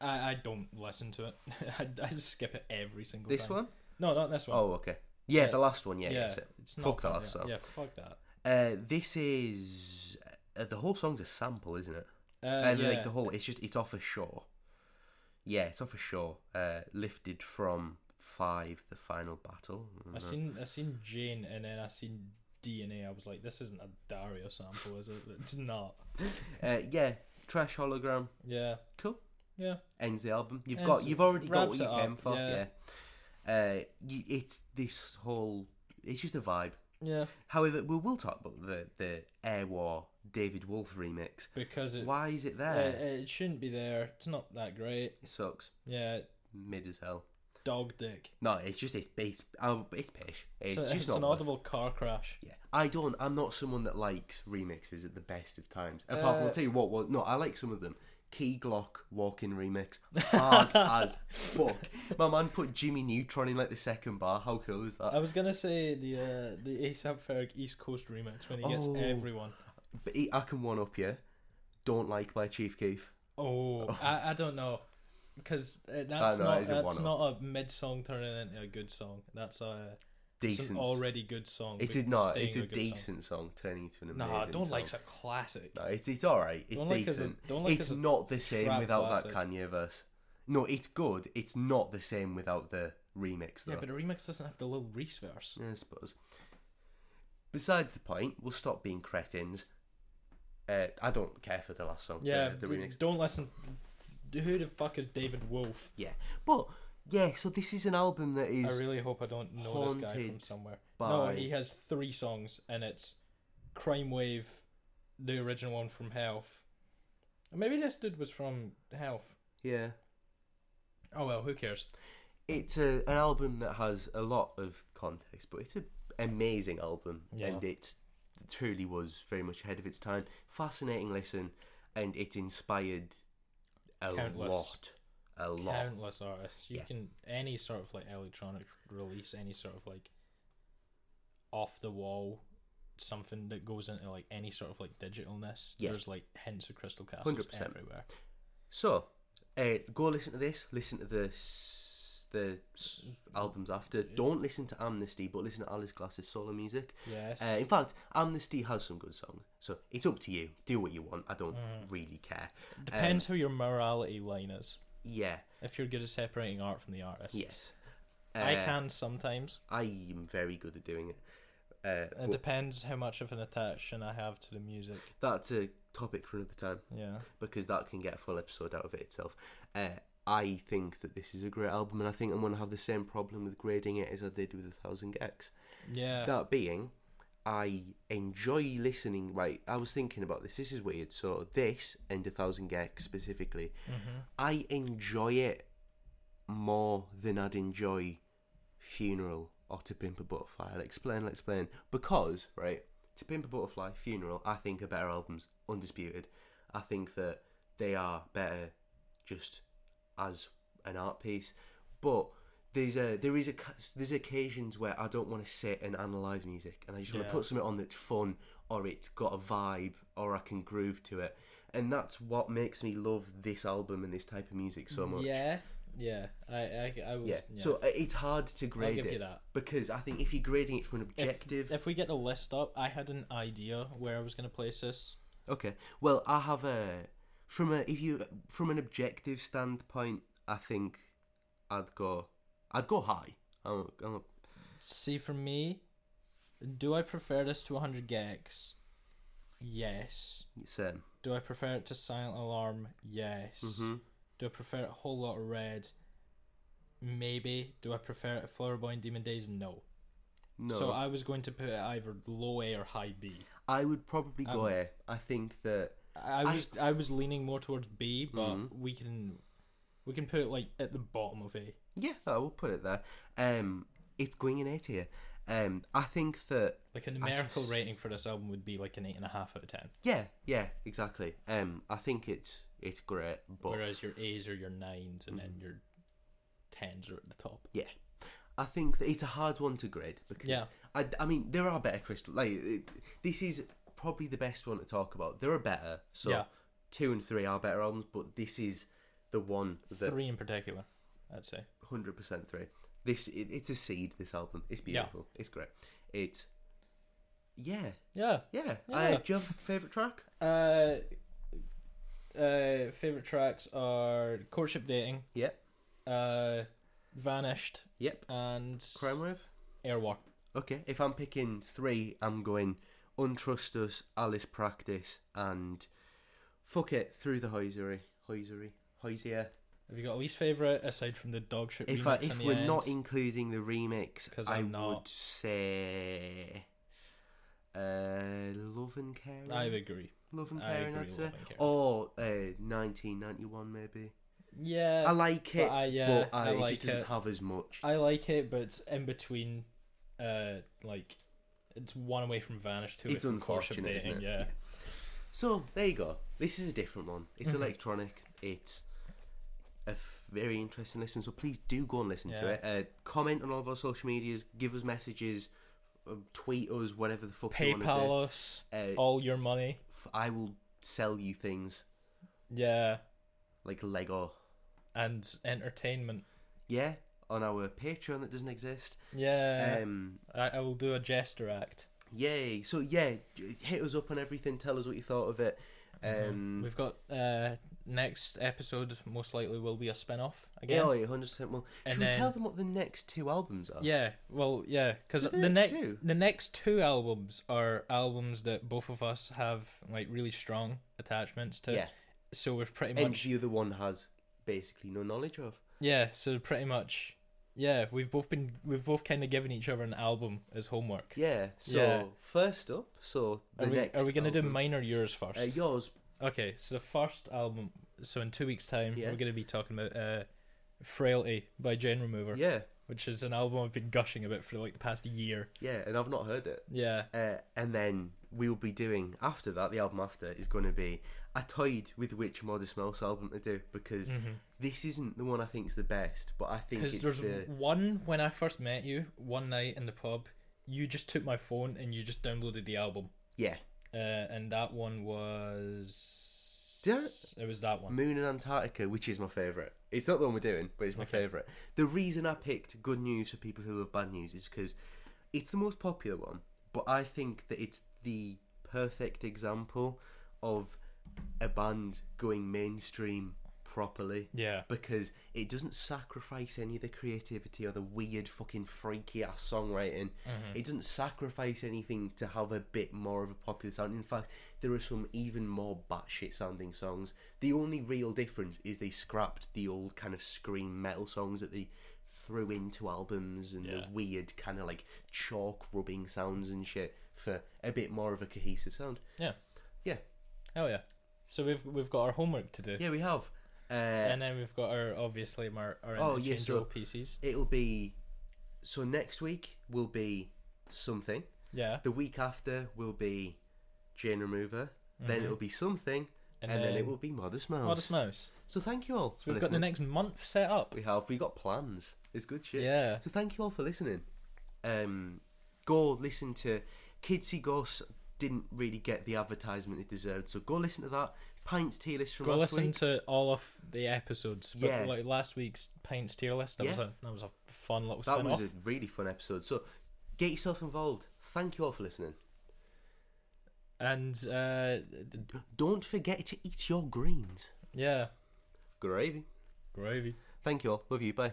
Speaker 2: i, I don't listen to it I, I just skip it every single
Speaker 1: This
Speaker 2: time
Speaker 1: one?
Speaker 2: no not this one.
Speaker 1: Oh, okay. Yeah,
Speaker 2: Yeah.
Speaker 1: the last one. Yeah,
Speaker 2: yeah
Speaker 1: that's it.
Speaker 2: it's
Speaker 1: Fuck the
Speaker 2: fun,
Speaker 1: last
Speaker 2: yeah.
Speaker 1: song.
Speaker 2: yeah fuck that
Speaker 1: Uh, this is uh, the whole song's a sample, isn't it?
Speaker 2: uh,
Speaker 1: And
Speaker 2: yeah.
Speaker 1: like the whole, it's just it's off a shore. Yeah, it's off a shore. Uh, lifted from five, the final battle.
Speaker 2: i seen i seen jane and then i seen dna i was like this isn't a dario sample is it it's not
Speaker 1: Uh, yeah, trash hologram.
Speaker 2: yeah
Speaker 1: Cool.
Speaker 2: yeah
Speaker 1: Ends the album. You've
Speaker 2: Ends
Speaker 1: got.
Speaker 2: it.
Speaker 1: You've already got
Speaker 2: Wraps
Speaker 1: what
Speaker 2: it
Speaker 1: you came
Speaker 2: up,
Speaker 1: for. Yeah.
Speaker 2: yeah.
Speaker 1: Uh, you, it's this whole. It's just a vibe.
Speaker 2: Yeah.
Speaker 1: However, we will talk about the the Air War David Wolf remix.
Speaker 2: Because it,
Speaker 1: Why is it
Speaker 2: uh,
Speaker 1: there?
Speaker 2: it shouldn't be there. It's not that great.
Speaker 1: It sucks.
Speaker 2: Yeah,
Speaker 1: Mid as hell.
Speaker 2: dog dick.
Speaker 1: No, it's just it's it's, oh, it's pish. It's
Speaker 2: So
Speaker 1: just
Speaker 2: it's
Speaker 1: not
Speaker 2: an
Speaker 1: worth-
Speaker 2: audible car crash.
Speaker 1: Yeah, I don't. I'm not someone that likes remixes at the best of times. Apart
Speaker 2: Uh.
Speaker 1: from, I'll tell you what. Well, no, I like some of them. Key Glock Walking Remix, hard as fuck. My man put Jimmy Neutron in like the second bar. How cool is
Speaker 2: I
Speaker 1: that?
Speaker 2: was gonna say the uh, the ASAP Ferg East Coast remix when he gets
Speaker 1: Oh.
Speaker 2: everyone.
Speaker 1: But he- I can one up you. Don't like by Chief Keef.
Speaker 2: Oh, I, I don't know, because uh,
Speaker 1: know,
Speaker 2: that's
Speaker 1: that
Speaker 2: not
Speaker 1: is a
Speaker 2: that's
Speaker 1: one-off.
Speaker 2: not a mid song turning into a good song. That's a it's
Speaker 1: Decent.
Speaker 2: an already good song.
Speaker 1: It's
Speaker 2: but
Speaker 1: a not.
Speaker 2: staying
Speaker 1: It's a
Speaker 2: good song.
Speaker 1: decent song. turning into an amazing.
Speaker 2: Nah, don't
Speaker 1: song.
Speaker 2: like's a classic.
Speaker 1: No, it's it's all right. It's
Speaker 2: Don't Like is a-
Speaker 1: decent.
Speaker 2: Don't Like
Speaker 1: it's
Speaker 2: is a
Speaker 1: not the same
Speaker 2: trap
Speaker 1: without that
Speaker 2: classic.
Speaker 1: Kanye verse. No, it's good. It's not the same without the remix though.
Speaker 2: Yeah, but a remix doesn't have the little Reese verse.
Speaker 1: Yeah, I suppose. Besides the point, we'll stop being cretins. Uh, I don't care for the last song.
Speaker 2: Yeah,
Speaker 1: the, the
Speaker 2: d-
Speaker 1: remix.
Speaker 2: don't listen. Who the fuck is David Wolf?
Speaker 1: Yeah, but yeah. So this is an album that
Speaker 2: I
Speaker 1: is
Speaker 2: really hope I don't know this guy from
Speaker 1: haunted
Speaker 2: somewhere. No,
Speaker 1: by-
Speaker 2: he has three songs, and it's Crime Wave, the original one from Health. Maybe this dude was from Health.
Speaker 1: yeah.
Speaker 2: Oh well, who cares?
Speaker 1: It's a, an album that has a lot of context, but it's an amazing album,
Speaker 2: Yeah.
Speaker 1: and it's, it truly was very much ahead of its time. Fascinating listen, and it inspired a
Speaker 2: Countless.
Speaker 1: lot, a lot.
Speaker 2: Countless artists. You
Speaker 1: Yeah.
Speaker 2: can any sort of like electronic release, any sort of like off the wall something that goes into like any sort of like digitalness.
Speaker 1: Yeah.
Speaker 2: There's like hints of crystal castles
Speaker 1: 100%.
Speaker 2: everywhere.
Speaker 1: So, uh, go listen to this. Listen to the s- the s- albums after. Don't listen to Amnesty, but listen to Alice Glass's solo music.
Speaker 2: Yes.
Speaker 1: Uh, in fact, Amnesty has some good songs, so it's up to you. Do what you want. I don't really care. Um,
Speaker 2: Mm. Depends who your morality line is.
Speaker 1: yeah.
Speaker 2: If you're good at separating art from the artist.
Speaker 1: Yes.
Speaker 2: I
Speaker 1: Uh,
Speaker 2: can sometimes.
Speaker 1: I am very good at doing it. Uh,
Speaker 2: It depends how much of an attachment I have to the music.
Speaker 1: that's a topic for another time.
Speaker 2: Yeah.
Speaker 1: because that can get a full episode out of it itself. Uh, I think that this is a great album, and I think I'm going to have the same problem with grading it as I did with A Thousand Gex.
Speaker 2: Yeah.
Speaker 1: That being, I enjoy listening. Right, I was thinking about this. This is weird. So, this and A Thousand Gex specifically, I enjoy it more than I'd enjoy Funeral or To Pimp a Butterfly. I'll explain, I'll explain. Because, right, To Pimp a Butterfly, Funeral, I think are better albums, undisputed. I think that they are better just as an art piece. But there's a there is a ca- there's occasions where I don't want to sit and analyze music, and I just want
Speaker 2: Yeah.
Speaker 1: to put something on that's fun or it's got a vibe or I can groove to it, and that's what makes me love this album and this type of music so much.
Speaker 2: Yeah. Yeah. I I, I was
Speaker 1: Yeah.
Speaker 2: yeah.
Speaker 1: So uh, it's hard to grade
Speaker 2: give
Speaker 1: it
Speaker 2: you that.
Speaker 1: because I think if you're grading it from an
Speaker 2: If-
Speaker 1: objective,
Speaker 2: If, we get the list up, I had an idea where I was going to place this.
Speaker 1: okay. Well, I have a from a if you from an objective standpoint, I think I'd go I'd go high. I'm, I'm a,
Speaker 2: See, for me, do I prefer this to 100 gigs? Yes.
Speaker 1: same.
Speaker 2: Do I prefer it to Silent Alarm? Yes.
Speaker 1: Mhm.
Speaker 2: Do I prefer it a whole lot of red? Maybe. Do I prefer it to Flowerboy and Demon Days? No.
Speaker 1: No,
Speaker 2: So I was going to put it either low A or high B.
Speaker 1: I would probably go
Speaker 2: Um,
Speaker 1: A. I think that
Speaker 2: I I
Speaker 1: I- Mm-hmm.
Speaker 2: was I, was leaning more towards B, but we can we can put it like at the bottom of A.
Speaker 1: yeah, I will put it there. Um, it's going in A tier. Um, I think that
Speaker 2: Like a numerical
Speaker 1: just-
Speaker 2: rating for this album would be like an eight and a half out of ten.
Speaker 1: yeah, yeah, exactly. Um, I think it's it's great, but Mm-hmm.
Speaker 2: Whereas your A's are your nines and then your tens are at the top.
Speaker 1: Yeah, I think that it's a hard one to grade because
Speaker 2: Yeah.
Speaker 1: I, I mean there are better crystal like it, this is probably the best one to talk about. There are better, so
Speaker 2: Yeah.
Speaker 1: two and three are better albums, but this is the one that
Speaker 2: Three in particular, I'd say.
Speaker 1: hundred percent three. This it, it's a seed. This album, it's beautiful, it's great, it's yeah,
Speaker 2: Yeah.
Speaker 1: yeah. Uh,
Speaker 2: Yeah.
Speaker 1: do you have a favorite track?
Speaker 2: Uh, uh, favorite tracks are Courtship Dating,
Speaker 1: Yep,
Speaker 2: uh, Vanished,
Speaker 1: yep.
Speaker 2: and
Speaker 1: Crime Wave.
Speaker 2: Airwalk.
Speaker 1: Okay, if I'm picking three, I'm going Untrust Us, Alice Practice, and fuck it, Through the Hoisery. Hoisery. Hoisier.
Speaker 2: Have you got a least favorite aside from the dog shit
Speaker 1: If I,
Speaker 2: remix
Speaker 1: if
Speaker 2: in the
Speaker 1: we're
Speaker 2: end?
Speaker 1: not including the remix,
Speaker 2: 'Cause
Speaker 1: I
Speaker 2: I'm not.
Speaker 1: would say uh, Love and Caring.
Speaker 2: I agree.
Speaker 1: Love and
Speaker 2: I
Speaker 1: Caring,
Speaker 2: agree
Speaker 1: I'd
Speaker 2: with
Speaker 1: say.
Speaker 2: Love and Caring.
Speaker 1: Or uh, 1991, maybe.
Speaker 2: Yeah,
Speaker 1: I like
Speaker 2: Uh, but
Speaker 1: it, but,
Speaker 2: I, yeah,
Speaker 1: uh,
Speaker 2: I
Speaker 1: it
Speaker 2: like
Speaker 1: just doesn't
Speaker 2: it.
Speaker 1: have as much.
Speaker 2: I like it, but it's in between, uh, like it's one away from vanish, two away
Speaker 1: It's
Speaker 2: from courtship
Speaker 1: unfortunate,
Speaker 2: dating.
Speaker 1: isn't it?
Speaker 2: Yeah.
Speaker 1: So there you go. This is a different one. It's
Speaker 2: Mm-hmm.
Speaker 1: electronic. It's a f- very interesting listen. So please do go and listen to
Speaker 2: Yeah.
Speaker 1: it. Uh, comment on all of our social medias. Give us messages. um, Tweet us. Whatever the fuck you want to do.
Speaker 2: PayPal us
Speaker 1: Uh,
Speaker 2: all your money.
Speaker 1: F- I will sell you things
Speaker 2: Yeah,
Speaker 1: like Lego.
Speaker 2: and entertainment.
Speaker 1: Yeah, on our Patreon that doesn't exist.
Speaker 2: Yeah,
Speaker 1: Um,
Speaker 2: I, I will do a jester act.
Speaker 1: yay! So yeah, j- hit us up on everything. Tell us what you thought of it.
Speaker 2: Mm-hmm.
Speaker 1: Um,
Speaker 2: We've got uh, next episode most likely will be a spin off
Speaker 1: yeah,
Speaker 2: again.
Speaker 1: oh, yeah, hundred percent. Well,
Speaker 2: And
Speaker 1: should we tell
Speaker 2: then-
Speaker 1: them what the next two albums are?
Speaker 2: Yeah, well, yeah, because
Speaker 1: The
Speaker 2: the,
Speaker 1: next
Speaker 2: next
Speaker 1: two?
Speaker 2: the next two albums are albums that both of us have like really strong attachments to.
Speaker 1: Yeah.
Speaker 2: So we've pretty
Speaker 1: and
Speaker 2: much
Speaker 1: the other one has basically no knowledge of.
Speaker 2: yeah. So pretty much yeah, we've both been we've both kind of given each other an album as homework.
Speaker 1: Yeah. So
Speaker 2: Yeah.
Speaker 1: first up, so the
Speaker 2: are we
Speaker 1: next.
Speaker 2: are we gonna do
Speaker 1: album-
Speaker 2: mine or yours first?
Speaker 1: Uh, yours,
Speaker 2: okay, so the first album. So in two weeks' time,
Speaker 1: Yeah.
Speaker 2: we're gonna be talking about uh, "Frailty" by Jane Remover,
Speaker 1: yeah,
Speaker 2: which is an album I've been gushing about for like the past year.
Speaker 1: yeah, and I've not heard it.
Speaker 2: Yeah.
Speaker 1: Uh, and then we will be doing after that. The album after is going to be. I toyed with which Modest Mouse album to do because this isn't the one I think is the best, but I think
Speaker 2: Mm-hmm. Because
Speaker 1: it's
Speaker 2: there's
Speaker 1: the
Speaker 2: one when I first met you one night in the pub, you just took my phone and you just downloaded the album,
Speaker 1: yeah
Speaker 2: uh, and that one was
Speaker 1: Did
Speaker 2: it was that one.
Speaker 1: Moon and Antarctica, which is my favorite. It's not the one we're doing, but it's my
Speaker 2: Okay.
Speaker 1: favorite. The reason I picked Good News for people who love bad news is because it's the most popular one, but I think that it's the perfect example of a band going mainstream properly
Speaker 2: Yeah,
Speaker 1: because it doesn't sacrifice any of the creativity or the weird fucking freaky ass songwriting.
Speaker 2: Mm-hmm.
Speaker 1: It doesn't sacrifice anything to have a bit more of a popular sound. In fact, there are some even more batshit sounding songs. The only real difference is they scrapped the old kind of scream metal songs that they threw into albums and the
Speaker 2: Yeah.
Speaker 1: weird kind of like chalk rubbing sounds and shit for a bit more of a cohesive sound.
Speaker 2: yeah,
Speaker 1: Yeah,
Speaker 2: oh yeah. So we've we've got our homework to do,
Speaker 1: yeah, we have. Uh,
Speaker 2: and then we've got our obviously our our
Speaker 1: Oh,
Speaker 2: interchangeable
Speaker 1: yeah, so-
Speaker 2: pieces.
Speaker 1: it'll be so next week will be something
Speaker 2: Yeah,
Speaker 1: the week after will be jane remover then it'll be something and,
Speaker 2: Mm-hmm. And
Speaker 1: then, it
Speaker 2: then-
Speaker 1: will be modest mouse
Speaker 2: Modest Mouse.
Speaker 1: so thank you all
Speaker 2: So we've
Speaker 1: for
Speaker 2: got the
Speaker 1: listening.
Speaker 2: next month set up.
Speaker 1: we have we got plans it's good shit
Speaker 2: Yeah.
Speaker 1: so thank you all for listening um go listen to kidsy ghosts didn't really get the advertisement it deserved so go listen to that pints tea list from
Speaker 2: Go
Speaker 1: last
Speaker 2: listen
Speaker 1: week
Speaker 2: to all of the episodes, but
Speaker 1: Yeah.
Speaker 2: like last week's pints tier list, that was
Speaker 1: Yeah.
Speaker 2: a that was a fun little
Speaker 1: that
Speaker 2: spin
Speaker 1: was
Speaker 2: off.
Speaker 1: a really fun episode so get yourself involved thank you all for listening
Speaker 2: And uh, d-
Speaker 1: don't forget to eat your greens
Speaker 2: yeah,
Speaker 1: gravy
Speaker 2: gravy.
Speaker 1: Thank you all. Love you. Bye.